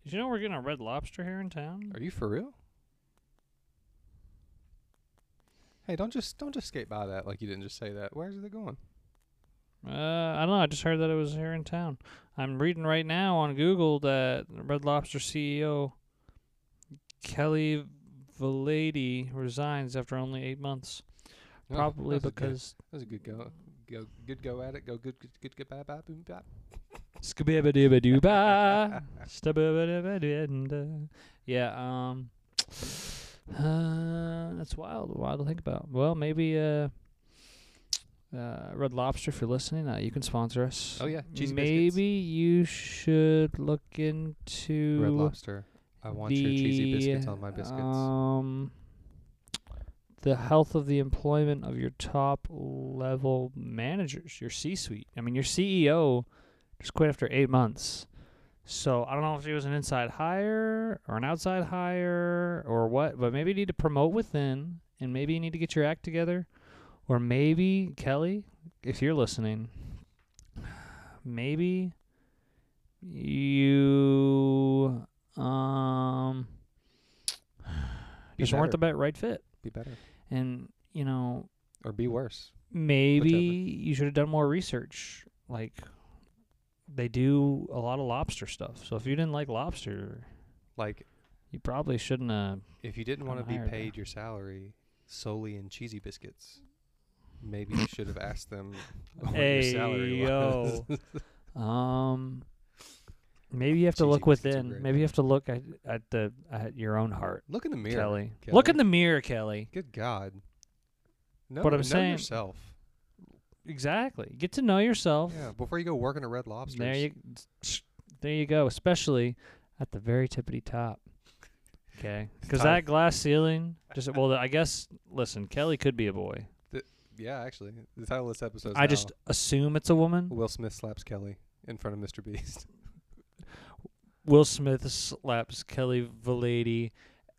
A: Did you know we're getting a red lobster here in town?
B: Are you for real? Hey, don't just don't just skate by that like you didn't just say that. Where's it going?
A: Uh, I don't know. I just heard that it was here in town. I'm reading right now on Google that Red Lobster CEO Kelly Valady resigns after only eight months,
B: Oh,
A: probably
B: that was a good-
A: because
B: that was a good go. Go good go at it. Go good good good, good bye bye boom bye.
A: Skibidibidooba. Stabidibidibidinda. yeah, um uh, that's wild, wild to think about. Well, maybe uh, uh, Red Lobster, if you're listening, uh, you can sponsor us.
B: Oh yeah, cheese
A: maybe
B: biscuits.
A: you should look into
B: Red Lobster. I want your cheesy biscuits
A: the,
B: on my biscuits.
A: Um, the health of the employment of your top level managers, your C suite. I mean, your CEO just quit after eight months. So I don't know if he was an inside hire or an outside hire or what, but maybe you need to promote within and maybe you need to get your act together. Or maybe, Kelly, if you're listening, maybe you um
B: Be
A: just weren't the
B: better.
A: bet right fit.
B: be better
A: And, you know,
B: or be worse.
A: maybe you should have done more research. Like they do a lot of lobster stuff. So if you didn't like lobster,
B: Like
A: you probably shouldn't have
B: if you didn't want to
A: Kinda
B: be
A: higher, though.
B: paid your salary solely in cheesy biscuits, maybe you should have asked them [laughs] what your salary was.
A: Ayo. [laughs] um maybe you have to
B: Cheesy
A: look
B: biscuits are
A: within.
B: great.
A: Maybe you have to look at, at the at your own heart.
B: Look in the mirror.
A: Kelly. Look
B: Kelly.
A: in the mirror, Kelly.
B: Good God. No,
A: But I'm
B: know
A: saying-
B: yourself.
A: Exactly. Get to know yourself.
B: Yeah, before you go working at Red Lobster.
A: There you, there you go. Especially at the very tippity top.
B: [laughs]
A: Okay, because
B: Top.
A: that glass ceiling. Just well, I guess. Listen, Kelly could be a boy.
B: Yeah, actually, the title of this episode. Is
A: I just
B: now,
A: assume it's a woman.
B: Will Smith slaps Kelly in front of Mr.
A: [laughs]
B: Beast.
A: Will Smith slaps Kelly Valady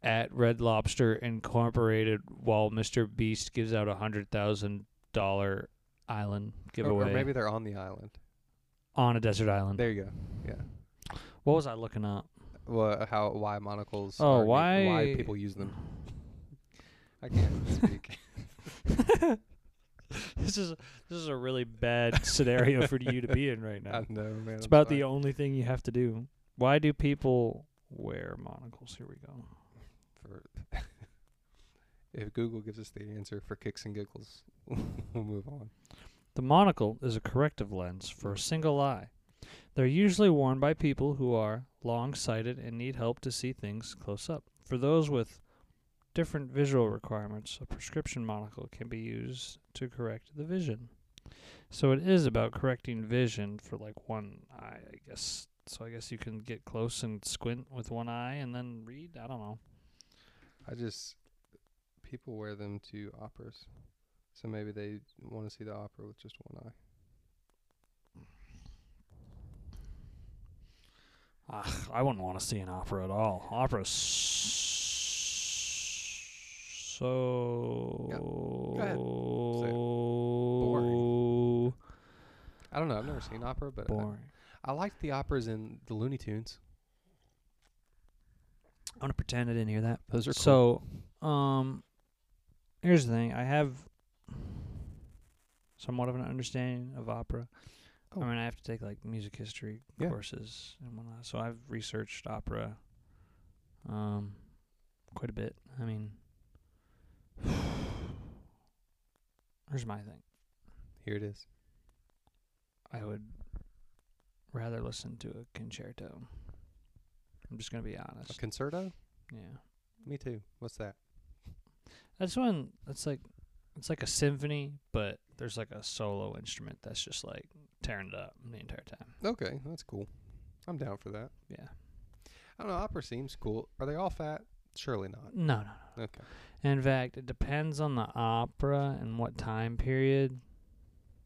A: at Red Lobster Incorporated while Mr. Beast gives out a hundred thousand dollar island
B: Or-
A: giveaway
B: Or, maybe they're on the island.
A: on a desert island.
B: There you go. Yeah.
A: What was I looking
B: [laughs]
A: up?
B: Well, how? Why monocles?
A: Oh,
B: are neat- Why
A: why-
B: people use them? I
A: [laughs]
B: can't speak.
A: This is this is a really
B: [laughs]
A: bad scenario for you to be in right now.
B: I know, man.
A: It's about the only thing you have to do. Why do people wear monocles? Here we go.
B: For [laughs] if Google gives us the answer for kicks and giggles, [laughs] we'll move on.
A: The monocle is a corrective lens for a single eye. They're usually worn by people who are long sighted and need help to see things close up. For those with different visual requirements, a prescription monocle can be used to correct the vision. So it is about correcting vision for like one eye, I guess. So I guess you can get close and squint with one eye and then read. I don't know.
B: I just people wear them to operas, so maybe they want to see the opera with just one eye.
A: Ugh, I wouldn't want to see an opera at all. Opera's so
B: Yeah. ahead.
A: boring.
B: I don't know. I've never seen opera, but I, [laughs] I liked the operas in the Looney Tunes.
A: I'm gonna pretend I didn't hear that.
B: Those are cool.
A: So, um, here's the thing. I have somewhat of an understanding of opera.
B: Oh.
A: I mean, I have to take like music history
B: Yeah.
A: courses and whatnot, so I've researched opera, um, quite a bit. I mean, [sighs] here's my thing.
B: Here it is.
A: I would rather listen to a concerto. I'm just gonna be
B: A
A: honest.
B: concerto?
A: Yeah.
B: Me too. What's that?
A: That's one that's like it's like a symphony, but there's like a solo instrument that's just like tearing it up the entire time.
B: Okay, that's cool. I'm down for that.
A: Yeah.
B: I don't know. Opera seems cool. Are they all fat? Surely not.
A: No, no,
B: Okay.
A: no. In fact, it depends on the opera and what time period.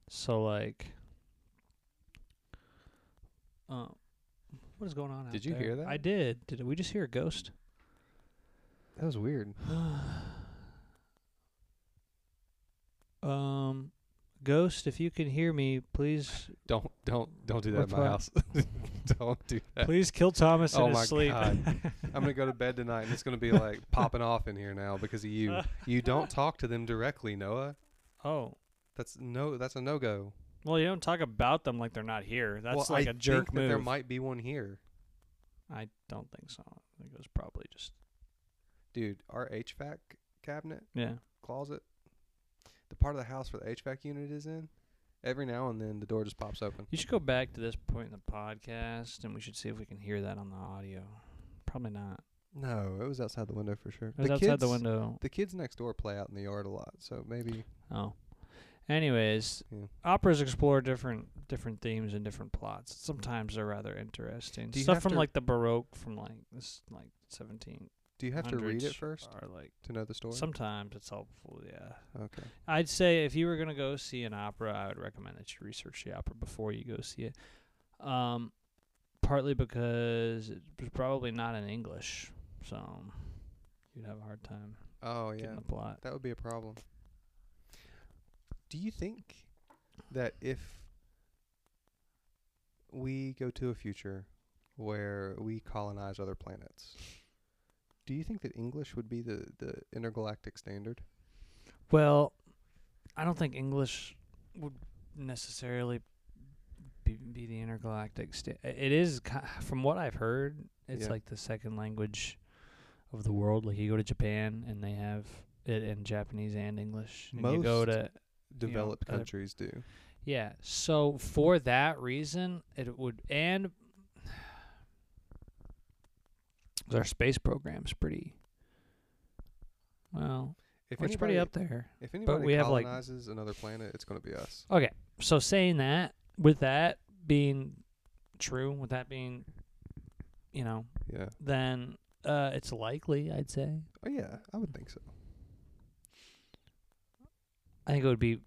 A: So like Uh, what is going on? out
B: Did you
A: there?
B: hear that?
A: I did. Did we just hear a ghost? [sighs]
B: That was weird.
A: um, ghost, if you can hear me, please,
B: Don't don't don't do that
A: Which
B: in my
A: one?
B: house. [laughs] don't do [laughs] that.
A: please kill Thomas
B: Oh
A: in
B: my
A: his sleep. [laughs]
B: God. I'm gonna go to bed tonight, and it's gonna be like popping off in here now because
A: [laughs]
B: of you. You don't talk to them directly, Noah.
A: oh,
B: That's no. That's a no go.
A: well, you don't talk about them like they're not here. That's
B: well,
A: like
B: I
A: a jerk
B: think
A: move.
B: That there might be one here,
A: I don't think so. I think it was probably just
B: dude. Our HVAC cabinet
A: yeah.
B: closet, the part of the house where the HVAC unit is in. Every now and then, the door just pops open.
A: You should go back to this point in the podcast, and we should see if we can hear that on the audio. Probably not.
B: No, it was outside the window for sure.
A: It was
B: the
A: outside
B: kids,
A: the window.
B: The kids next door play out in the yard a lot, so maybe
A: Oh. Anyways,
B: Yeah.
A: operas explore different different themes and different plots. Sometimes they're rather interesting.
B: Do you
A: Stuff
B: have
A: from
B: to-
A: like the Baroque from like this like seventeen.
B: do you have to read it first
A: Are like
B: to know the story?
A: sometimes it's helpful. Yeah.
B: Okay.
A: I'd say if you were gonna go see an opera, I would recommend that you research the opera before you go see it. Um, partly because it was probably not in English, so you'd have a hard time
B: Oh yeah,
A: getting the plot.
B: that would be a problem. Do you think that if we go to a future where we colonize other planets, do you think that English would be the, the intergalactic standard?
A: Well, I don't think English would necessarily be, be the intergalactic. Sta- i- it is ki from what I've heard. It's
B: Yeah.
A: like the second language of the world. Like you go to Japan and they have it in Japanese and English. And you go
B: Most
A: to know,
B: Developed
A: other-
B: countries do.
A: yeah. So for that reason, it would and [sighs] our space program's pretty well.
B: If
A: it's pretty
B: anybody-
A: up there.
B: If anybody
A: we have, like-
B: colonizes another planet, it's going to be us.
A: Okay. So saying that, with that being true, with that being, you know,
B: Yeah.
A: then uh, it's likely. I'd say.
B: Oh yeah, I would think so.
A: I think it would be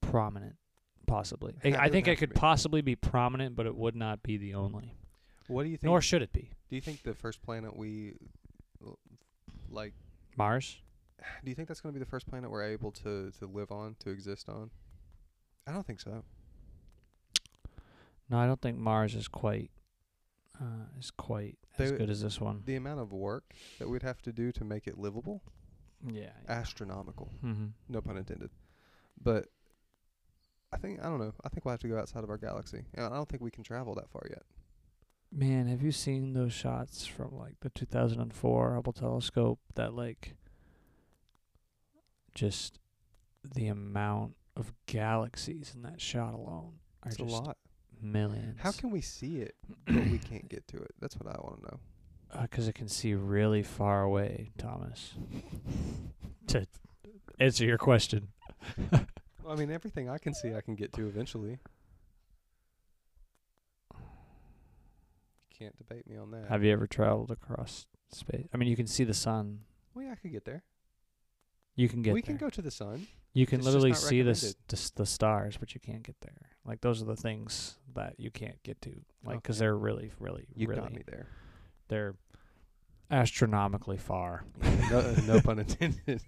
A: prominent, possibly. I,
B: It
A: I
B: would
A: think it
B: have to
A: could
B: be.
A: possibly be prominent, but it would not be the only.
B: What do you think?
A: Nor should it be.
B: do you think the first planet we l- like?
A: Mars.
B: Do you think that's going to be the first planet we're able to to live on, to exist on? I don't think so.
A: No, I don't think Mars is quite. Uh, is quite as
B: They-
A: good as this one.
B: The amount of work that we'd have to do to make it livable,
A: yeah.
B: astronomical.
A: Mm-hmm.
B: No pun intended. But I think I don't know. I think we'll have to go outside of our galaxy, and I don't think we can travel that far yet.
A: Man, have you seen those shots from like the 2004 Hubble telescope that like just the amount of galaxies in that shot alone are
B: It's a
A: just
B: lot.
A: millions.
B: How
A: [clears throat]
B: can we see it, but we can't get to it? That's what I want to know.
A: because Uh, it can see really far away,
B: [laughs]
A: Thomas. to answer your question.
B: Well, I mean, everything I can see, I can get to eventually. You can't debate me on that.
A: Have you ever traveled across space? I mean, you can see the sun.
B: well, yeah, I could get there.
A: You can get
B: we
A: there.
B: can go to the sun.
A: You can
B: It's just
A: literally
B: not
A: see the, s-
B: recommended.
A: the s- the stars, but you can't get there. Like those are the things that you can't get to, like because
B: Okay.
A: they're really, really,
B: You got me
A: really,
B: there.
A: they're astronomically far.
B: no,
A: [laughs]
B: no pun intended.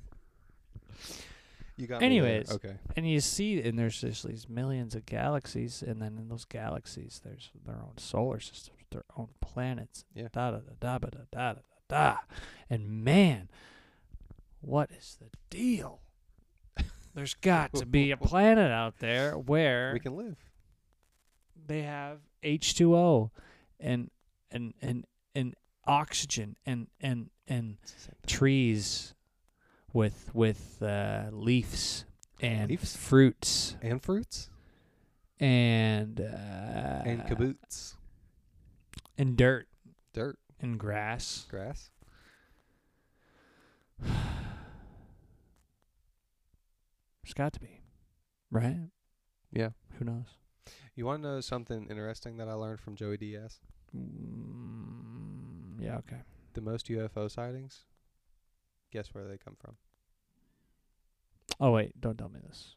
B: You got. me there.
A: Anyways.
B: okay.
A: And you see, and there's just these millions of galaxies, and then in those galaxies, there's their own solar systems, their own planets.
B: Yeah.
A: Da da da da ba, da da da da da. And man, what is the deal? There's got to
B: [laughs]
A: be a planet out there where
B: We can live.
A: they have H2O and and and and oxygen and and and
B: It's the same thing.
A: trees with with uh, leaves and
B: Leaves?
A: fruits
B: And fruits.
A: and uh,
B: and kaboots.
A: and dirt
B: Dirt.
A: and grass. [sighs]
B: Grass.
A: It's got to be, right?
B: Yeah.
A: Who knows?
B: You want to know something interesting that I learned from Joey Diaz?
A: Mm, yeah. Okay.
B: The most UFO sightings. Guess where they come from?
A: Oh wait, don't tell me this,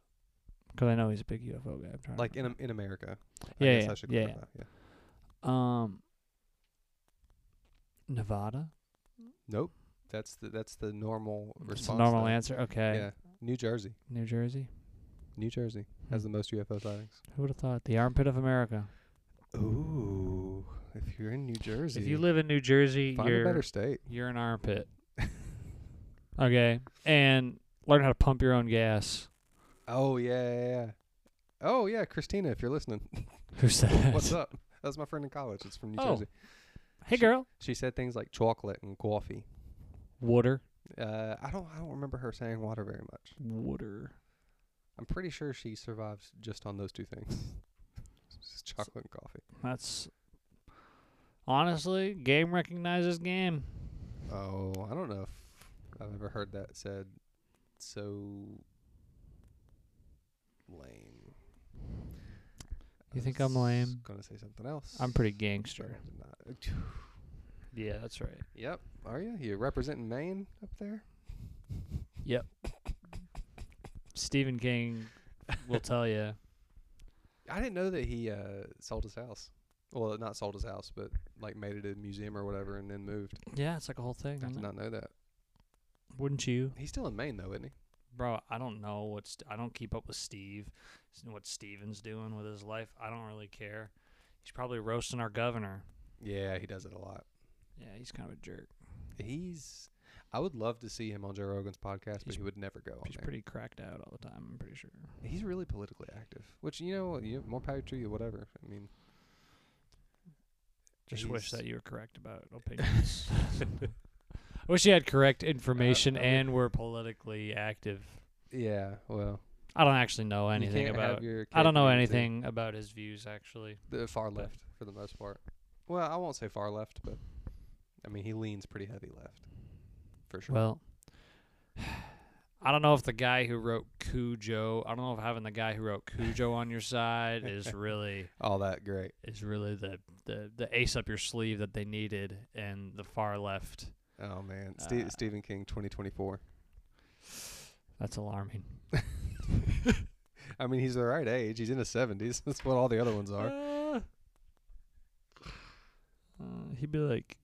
A: because I know he's a big UFO guy. I'm trying to
B: Like in
A: remember.
B: Am- in America. I
A: Yeah,
B: guess
A: yeah,
B: I should
A: yeah,
B: clarify, yeah.
A: Um, Nevada.
B: Nope. That's the that's the normal
A: It's
B: response.
A: a normal
B: though.
A: answer. Okay.
B: Yeah. New Jersey.
A: New Jersey.
B: New Jersey
A: Hmm.
B: has the most UFO sightings.
A: Who would have thought? The armpit of America.
B: Ooh. If you're in New Jersey,
A: If you live in New Jersey,
B: find a
A: you're
B: better state.
A: you're an
B: [laughs]
A: armpit. okay, and learn how to pump your own gas.
B: Oh yeah, yeah, yeah. Oh yeah, Christina, if you're listening, [laughs]
A: Who's that? [laughs]
B: what's up? That was my friend in college. It's from New
A: Oh.
B: Jersey.
A: Hey, girl.
B: She said things like chocolate and coffee.
A: Water.
B: Uh, I don't I don't remember her saying water very much.
A: Water.
B: I'm pretty sure she survives just on those two things. [laughs] Just chocolate and coffee.
A: That's honestly game recognizes game.
B: Oh, I don't know if I've ever heard that said so lame. I
A: You think
B: was
A: I'm lame?
B: Gonna say something else.
A: I'm pretty
B: but
A: gangster.
B: I did not. Uh,
A: Yeah, that's right.
B: Yep. Are you? You representing Maine up there?
A: Stephen King will tell you.
B: I didn't know that he uh, sold his house. Well, not sold his house, but like made it a museum or whatever, and then moved.
A: [laughs] Yeah, it's like a whole thing.
B: I
A: isn't
B: did
A: it?
B: not know that.
A: Wouldn't you?
B: He's still in Maine, though, isn't he?
A: Bro, I don't know what's I don't keep up with Steve, s- what Steven's doing with his life. I don't really care. He's probably roasting our governor.
B: Yeah, he does it a lot.
A: Yeah, he's kind of a jerk.
B: He's. I would love to see him on Joe Rogan's podcast, but
A: He's-
B: he would never go on
A: He's
B: there.
A: pretty cracked out all the time. I'm pretty sure.
B: He's really politically active, which you know, you more power to you. Whatever. I mean,
A: Just wish
B: He's-
A: that you were correct [laughs] about opinions. I wish you had correct information
B: I would-
A: and were politically active.
B: yeah. Well,
A: I don't actually know
B: you
A: anything
B: can't have
A: about.
B: your
A: I don't
B: cake
A: know
B: and eat it too.
A: anything about his views actually.
B: The far
A: but-
B: left, for the most part. Well, I won't say far left, but I mean, he leans pretty heavy left, for sure.
A: Well, [sighs] I don't know if the guy who wrote Cujo, I don't know if having the guy who wrote Cujo on your side is really
B: all that great.
A: is really the, the the ace up your sleeve that they needed and the far left.
B: Oh man,
A: Uh,
B: Ste- Stephen
A: [laughs]
B: King, 2024.
A: That's alarming.
B: I mean, he's the right age. He's in his 70s. [laughs] That's what all the other ones are.
A: Uh, uh, he'd be like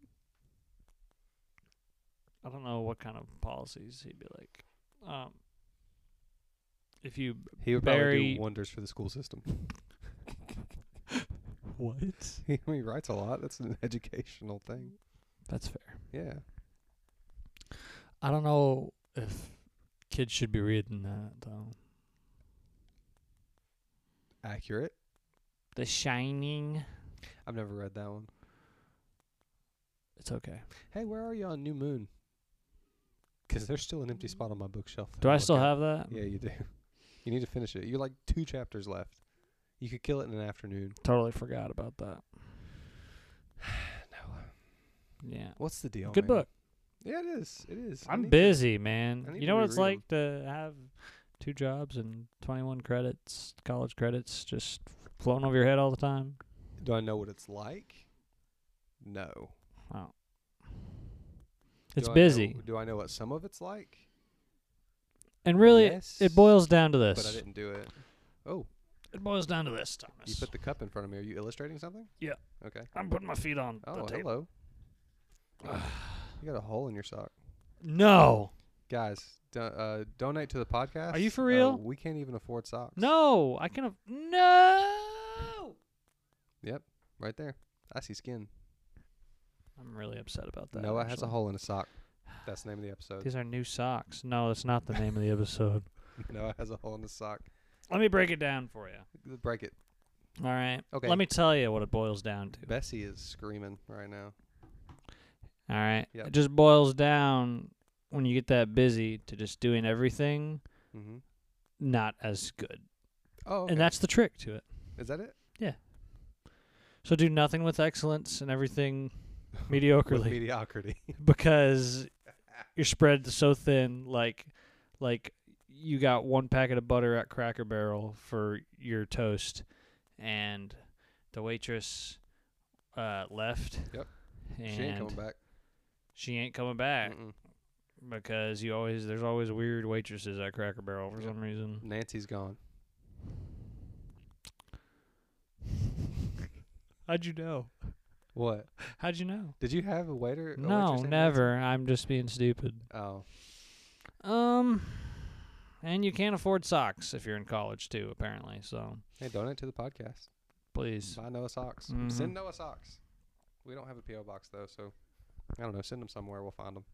A: I don't know what kind of policies he'd be like. Um if you
B: He would probably
A: Barry-
B: do wonders for the school system. [laughs]
A: what?
B: he he writes a lot. That's an educational thing.
A: That's fair.
B: Yeah.
A: I don't know if kids should be reading that though.
B: Accurate.
A: The Shining.
B: I've never read that one.
A: It's okay.
B: Hey, where are you on New Moon? 'Cause there's still an empty spot on my bookshelf. that
A: Do I
B: look
A: still
B: at.
A: have that?
B: Yeah, you do. [laughs] You need to finish it. You're like two chapters left. You could kill it in an afternoon. [sighs]
A: Totally forgot about that.
B: No.
A: Yeah.
B: What's the deal?
A: Good
B: man?
A: book.
B: Yeah, it is. It is. I
A: I'm
B: need to-
A: busy, man.
B: I need
A: You
B: to
A: know what it's
B: reread
A: like to have two jobs and 21 credits, college credits, just floating over your head all the time?
B: Do I know what it's like? No.
A: Wow. It's
B: Do I know-
A: busy.
B: do I know what some of it's like?
A: And really,
B: Yes,
A: it boils down to
B: But I
A: this.
B: didn't do it. Oh,
A: It boils down to this, Thomas.
B: you put the cup in front of me. Are you illustrating something?
A: Yeah.
B: Okay.
A: I'm putting my feet on
B: Oh,
A: the table.
B: hello. [sighs] you got a hole in your sock.
A: No.
B: Guys, do, uh, donate to the podcast.
A: you for
B: Uh,
A: real?
B: we can't even afford socks.
A: No. I can. Af- no.
B: Yep, right there. I see skin.
A: I'm really upset about that.
B: Noah has a
A: actually.
B: hole in his sock. That's the name of the episode.
A: These are new socks. No, that's not the name of the episode.
B: [laughs] Noah has a hole in his sock.
A: [laughs] Let me break it down for you.
B: Break it.
A: All right.
B: Okay.
A: Let me tell you what it boils down to.
B: Bessie is screaming right now.
A: All right.
B: Yep.
A: It just boils down when you get that busy to just doing everything
B: Mm-hmm.
A: not as good.
B: Oh, okay.
A: And that's the trick to it.
B: is that it?
A: So do nothing with excellence and everything
B: [laughs] With
A: mediocrely
B: mediocrity. [laughs]
A: because you're spread so thin like like you got one packet of butter at Cracker Barrel for your toast and the waitress uh, left.
B: Yep.
A: And
B: she ain't coming Mm. back.
A: she ain't coming back
B: Mm-mm.
A: because you always there's always weird waitresses at Cracker Barrel for
B: Yep.
A: some reason.
B: Nancy's gone.
A: [laughs] How'd you know?
B: What?
A: How'd you know?
B: Did you have a waiter? or
A: No,
B: waitress named
A: never. I'm just being stupid.
B: Nancy? Oh,
A: Um, and you can't afford socks if you're in college too, apparently. So
B: hey, donate to the podcast.
A: please,
B: Buy Noah socks.
A: Mhm.
B: Send Noah socks. We don't have a PO box though, so I don't know. Send them somewhere. We'll find them.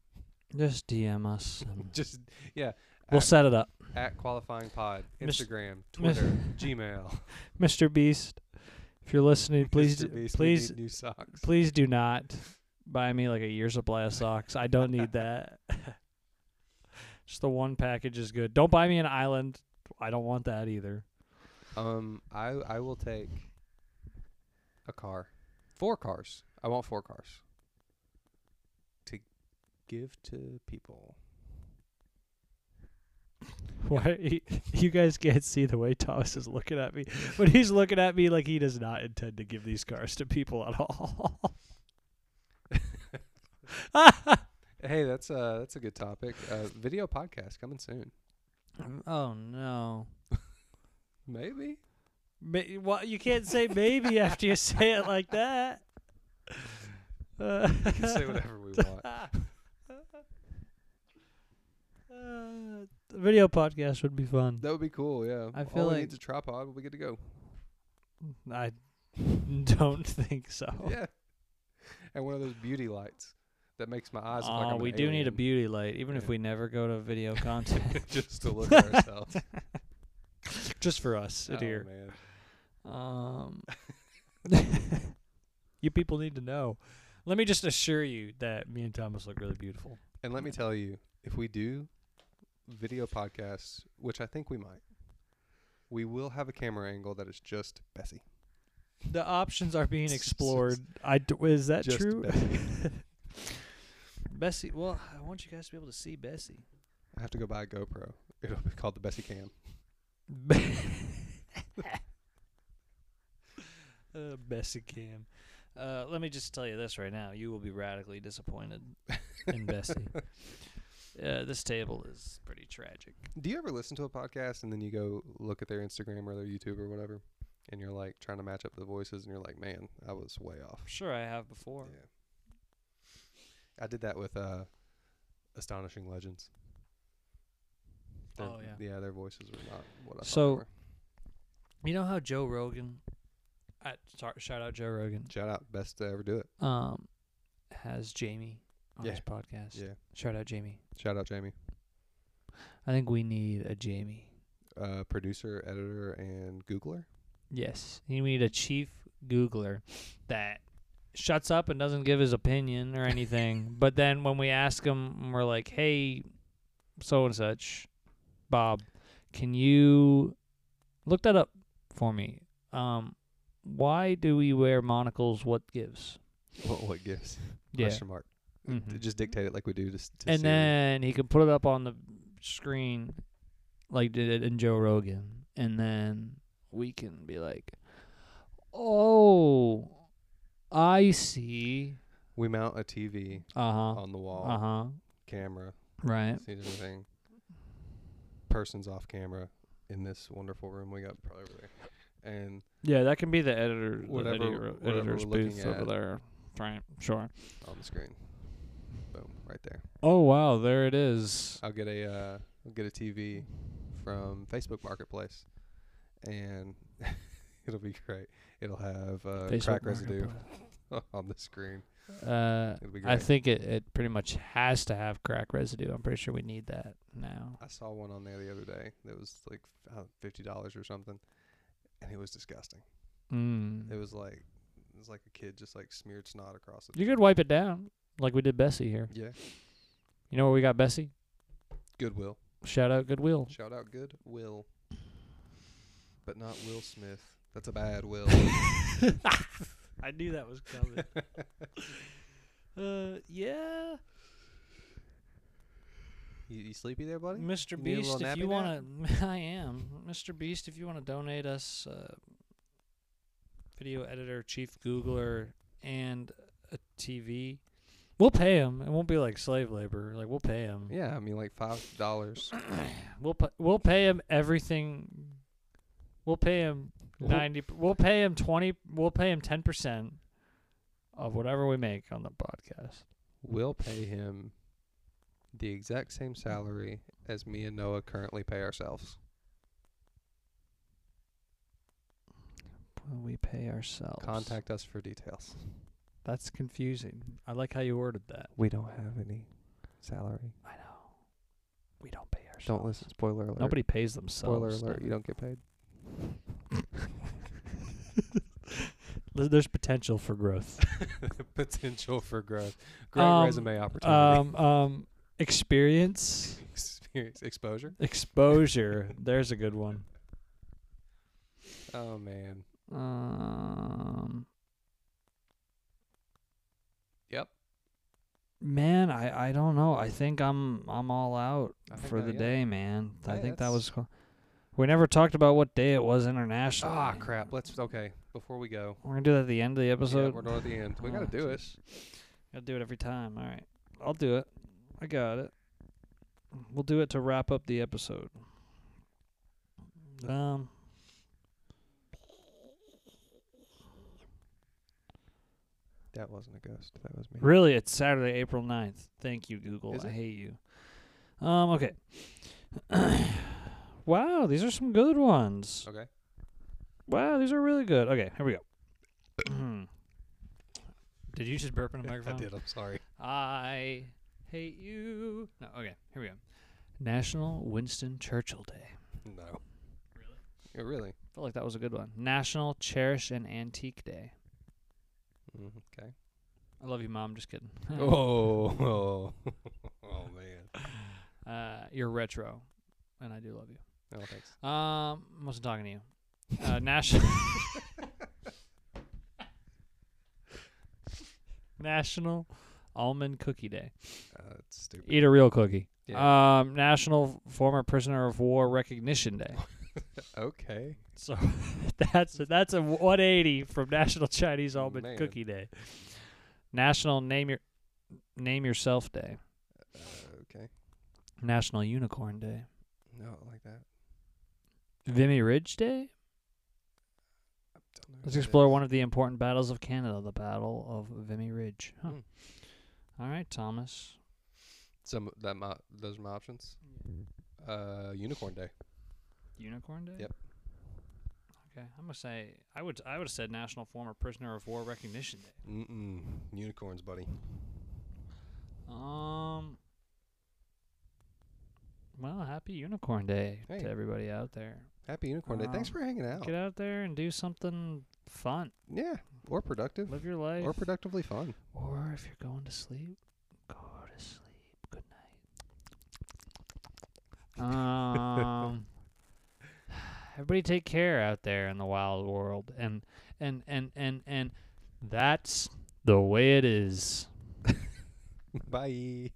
A: just DM us. and
B: [laughs] Just yeah.
A: we'll
B: at,
A: set it up.
B: at qualifying pod,
A: Mis-
B: Instagram,
A: mis-
B: Twitter,
A: [laughs]
B: Gmail.
A: Mr. Beast, if you're listening, please,
B: Mr.
A: d-
B: Beast, we
A: please,
B: need new socks.
A: please do not buy me like a year's supply of socks. I don't
B: [laughs]
A: need that. [laughs] Just the one package is good. Don't buy me an island. I don't want that either. [laughs]
B: Um, I I will take a car, four cars. I want four cars to give to people.
A: Why he, you guys can't see the way Thomas is looking at me, but he's looking at me like he does not intend to give these cars to people at
B: [laughs]
A: all. [laughs]
B: Hey, that's uh that's a good topic. Uh, video podcast coming soon.
A: oh no.
B: Maybe.
A: May, well, you can't say maybe after you say it like that. Uh,
B: We can
A: [laughs]
B: say whatever we want.
A: Uh, the video podcast would be fun.
B: That would be cool, yeah.
A: I
B: All
A: feel
B: we
A: like-
B: needs a tripod, we'll be good to go.
A: I don't think so.
B: Yeah. And one of those beauty lights that makes my eyes look like
A: Aw,
B: I'm
A: we
B: an
A: do need a
B: alien.
A: beauty light, even if
B: Yeah.
A: we never go to
B: [laughs]
A: video content,
B: just to
A: [laughs]
B: look at ourselves.
A: just for us
B: oh,
A: in here.
B: man.
A: Um,
B: [laughs]
A: [laughs] you people need to know. Let me just assure you that me and Thomas look really beautiful.
B: And let me tell you, if we do video podcasts, which I think we might, we will have a camera angle that is just Bessie.
A: The options are
B: [laughs]
A: being explored. I d- is that
B: Just
A: true?
B: Bessie.
A: [laughs] Bessie, well, I want you guys to be able to see Bessie.
B: [laughs] I have to go buy a GoPro. It'll be called the Bessie Cam.
A: uh, Bessie Cam. Uh, let me just tell you this right now. You will be radically disappointed in
B: [laughs]
A: Bessie. Uh, this table is pretty tragic.
B: Do you ever listen to a podcast and then you go look at their Instagram or their YouTube or whatever, and you're like trying to match up the voices, and you're like, man, I was way off.
A: Sure, I have before.
B: Yeah. I did that with uh, Astonishing Legends. Their-
A: Oh, yeah.
B: Yeah, their voices were not what I thought.
A: So-
B: they were.
A: You know how Joe Rogan, uh, sorry, shout out Joe Rogan,
B: shout out, best to ever do it.
A: um, has Jamie on
B: Yeah.
A: his podcast.
B: Yeah,
A: Shout out Jamie.
B: shout out Jamie,
A: I think we need a Jamie.
B: uh, producer, editor, and Googler. [laughs]
A: Yes, we need a chief Googler that shuts up and doesn't give his opinion or anything. but then when we ask him, we're like, "Hey, so and such, Bob, can you look that up for me? Um, why do we wear monocles? What gives?"
B: what, what gives?
A: Yeah.
B: Question mark. Uh, d-
A: Mhm.
B: Just dictate it like we do to, s- to
A: and
B: Siri.
A: then he can put it up on the screen like did it in Joe Rogan and then we can be like oh I see
B: we mount a TV
A: uh-huh
B: on the wall,
A: uh-huh
B: camera,
A: right
B: see anything. Persons off camera in this wonderful room we got probably over there, and
A: yeah that can be the editor
B: the Whatever- editor- whatever editor's we're looking booth over at.
A: there right sure
B: on the screen, boom, right there.
A: oh wow there it is
B: I'll get a uh, I'll get a TV from Facebook Marketplace, and [laughs] it'll be great. It'll have uh, crack residue [laughs] on the screen.
A: uh
B: It'll be great.
A: I think it, it pretty much has to have crack residue I'm pretty sure we need that now
B: I saw one on there the other day that was like uh, fifty dollars or something, and it was disgusting.
A: mm.
B: It was like it was like a kid just like smeared snot across it.
A: You could wipe it down like we did Bessie here.
B: yeah,
A: You know where we got Bessie?
B: Goodwill.
A: Shout out
B: [laughs]
A: Goodwill.
B: Shout out Goodwill, but not Will Smith. That's a
A: [laughs]
B: bad Will.
A: I knew that was
B: [laughs]
A: coming. uh, yeah,
B: you, you sleepy there, buddy?
A: Mr.
B: You need a
A: Beast,
B: little
A: if you
B: nappy
A: want to, [laughs] I am Mr. Beast. If you want to donate us, uh, video editor, chief Googler, and a TV, we'll pay him. It won't be like slave labor. Like we'll pay him.
B: Yeah, I mean like five dollars
A: [clears throat] We'll pa- we'll pay him everything. We'll pay him Ninety. per- We'll pay him twenty. We'll pay him ten percent of whatever we make on the podcast.
B: We'll pay him the exact same salary as me and Noah currently pay ourselves.
A: Well, we pay ourselves.
B: Contact us for details.
A: That's confusing. I like how you worded that.
B: We don't have any salary.
A: I know. We don't pay ourselves.
B: Don't listen. Spoiler alert.
A: Nobody pays themselves.
B: Spoiler alert. You don't get paid.
A: [laughs] Th- There's potential for growth.
B: Potential for growth. Great
A: Um,
B: resume opportunity.
A: um,
B: [laughs]
A: um, experience,
B: Experience. Exposure.
A: exposure. There's a good one.
B: Oh man.
A: Um,
B: Yep.
A: man, I, I don't know. I think I'm I'm all out
B: I think
A: for
B: that-
A: the
B: yeah.
A: day, man. I
B: Hey,
A: think that
B: that's-
A: was. cool. We never talked about what day it was international.
B: Ah crap. Let's okay. Before we go.
A: We're gonna do that at the end of the
B: Yeah,
A: episode.
B: we're not at the end. We gotta
A: Oh,
B: do it.
A: jeez. Gotta do it every time. All right. I'll do it. I got it. We'll do it to wrap up the episode. Um.
B: That wasn't a ghost. That was me.
A: Really, it's Saturday, April 9th. Thank you, Google.
B: Is
A: I
B: it?
A: hate you. Um, okay. [coughs] wow, these are some good ones.
B: Okay.
A: Wow, these are really good. Okay, here we go. [coughs] did you just burp in a
B: I
A: microphone?
B: did. I'm sorry.
A: I hate you. No, okay, here we go. National Winston Churchill Day.
B: No. Yeah, really?
A: felt like that was a good one. National Cherish an Antique Day.
B: Mm-hmm. Okay.
A: I love you, Mom. Just kidding. [laughs]
B: oh. [laughs] oh man.
A: Uh, you're retro, and I do love you.
B: No thanks.
A: Um, wasn't talking to you. Uh, [laughs] national National Almond Cookie Day.
B: Uh, it's stupid.
A: Eat a real cookie.
B: Yeah.
A: Um, National Former Prisoner of War Recognition Day.
B: Okay.
A: [laughs] So that's that's a 180 from National Chinese Almond
B: Oh, Man.
A: Cookie Day. National Name Your Name Yourself Day.
B: Uh, okay.
A: National Unicorn Day.
B: No, I don't like that.
A: Vimy Ridge Day.
B: I don't know
A: Let's explore one of the important battles of Canada, the Battle of Vimy Ridge. Huh.
B: Hmm.
A: All right, Thomas.
B: Some that my those are my options. Uh, Unicorn Day.
A: Unicorn Day.
B: Yep.
A: Okay, I'm gonna say I would I would have said National Former Prisoner of War Recognition Day.
B: Mm-mm. Unicorns, buddy.
A: Um. Well, happy Unicorn Day
B: Hey. Oh.
A: to everybody out there.
B: Happy Unicorn Day. Thanks
A: Um,
B: for hanging out.
A: Get out there and do something fun.
B: Yeah, or productive,
A: Live your life.
B: or productively fun. [laughs]
A: Or if you're going to sleep, go to sleep. Good night. Um, everybody take care out there in the wild world, and and and and and that's the way it is.
B: Bye.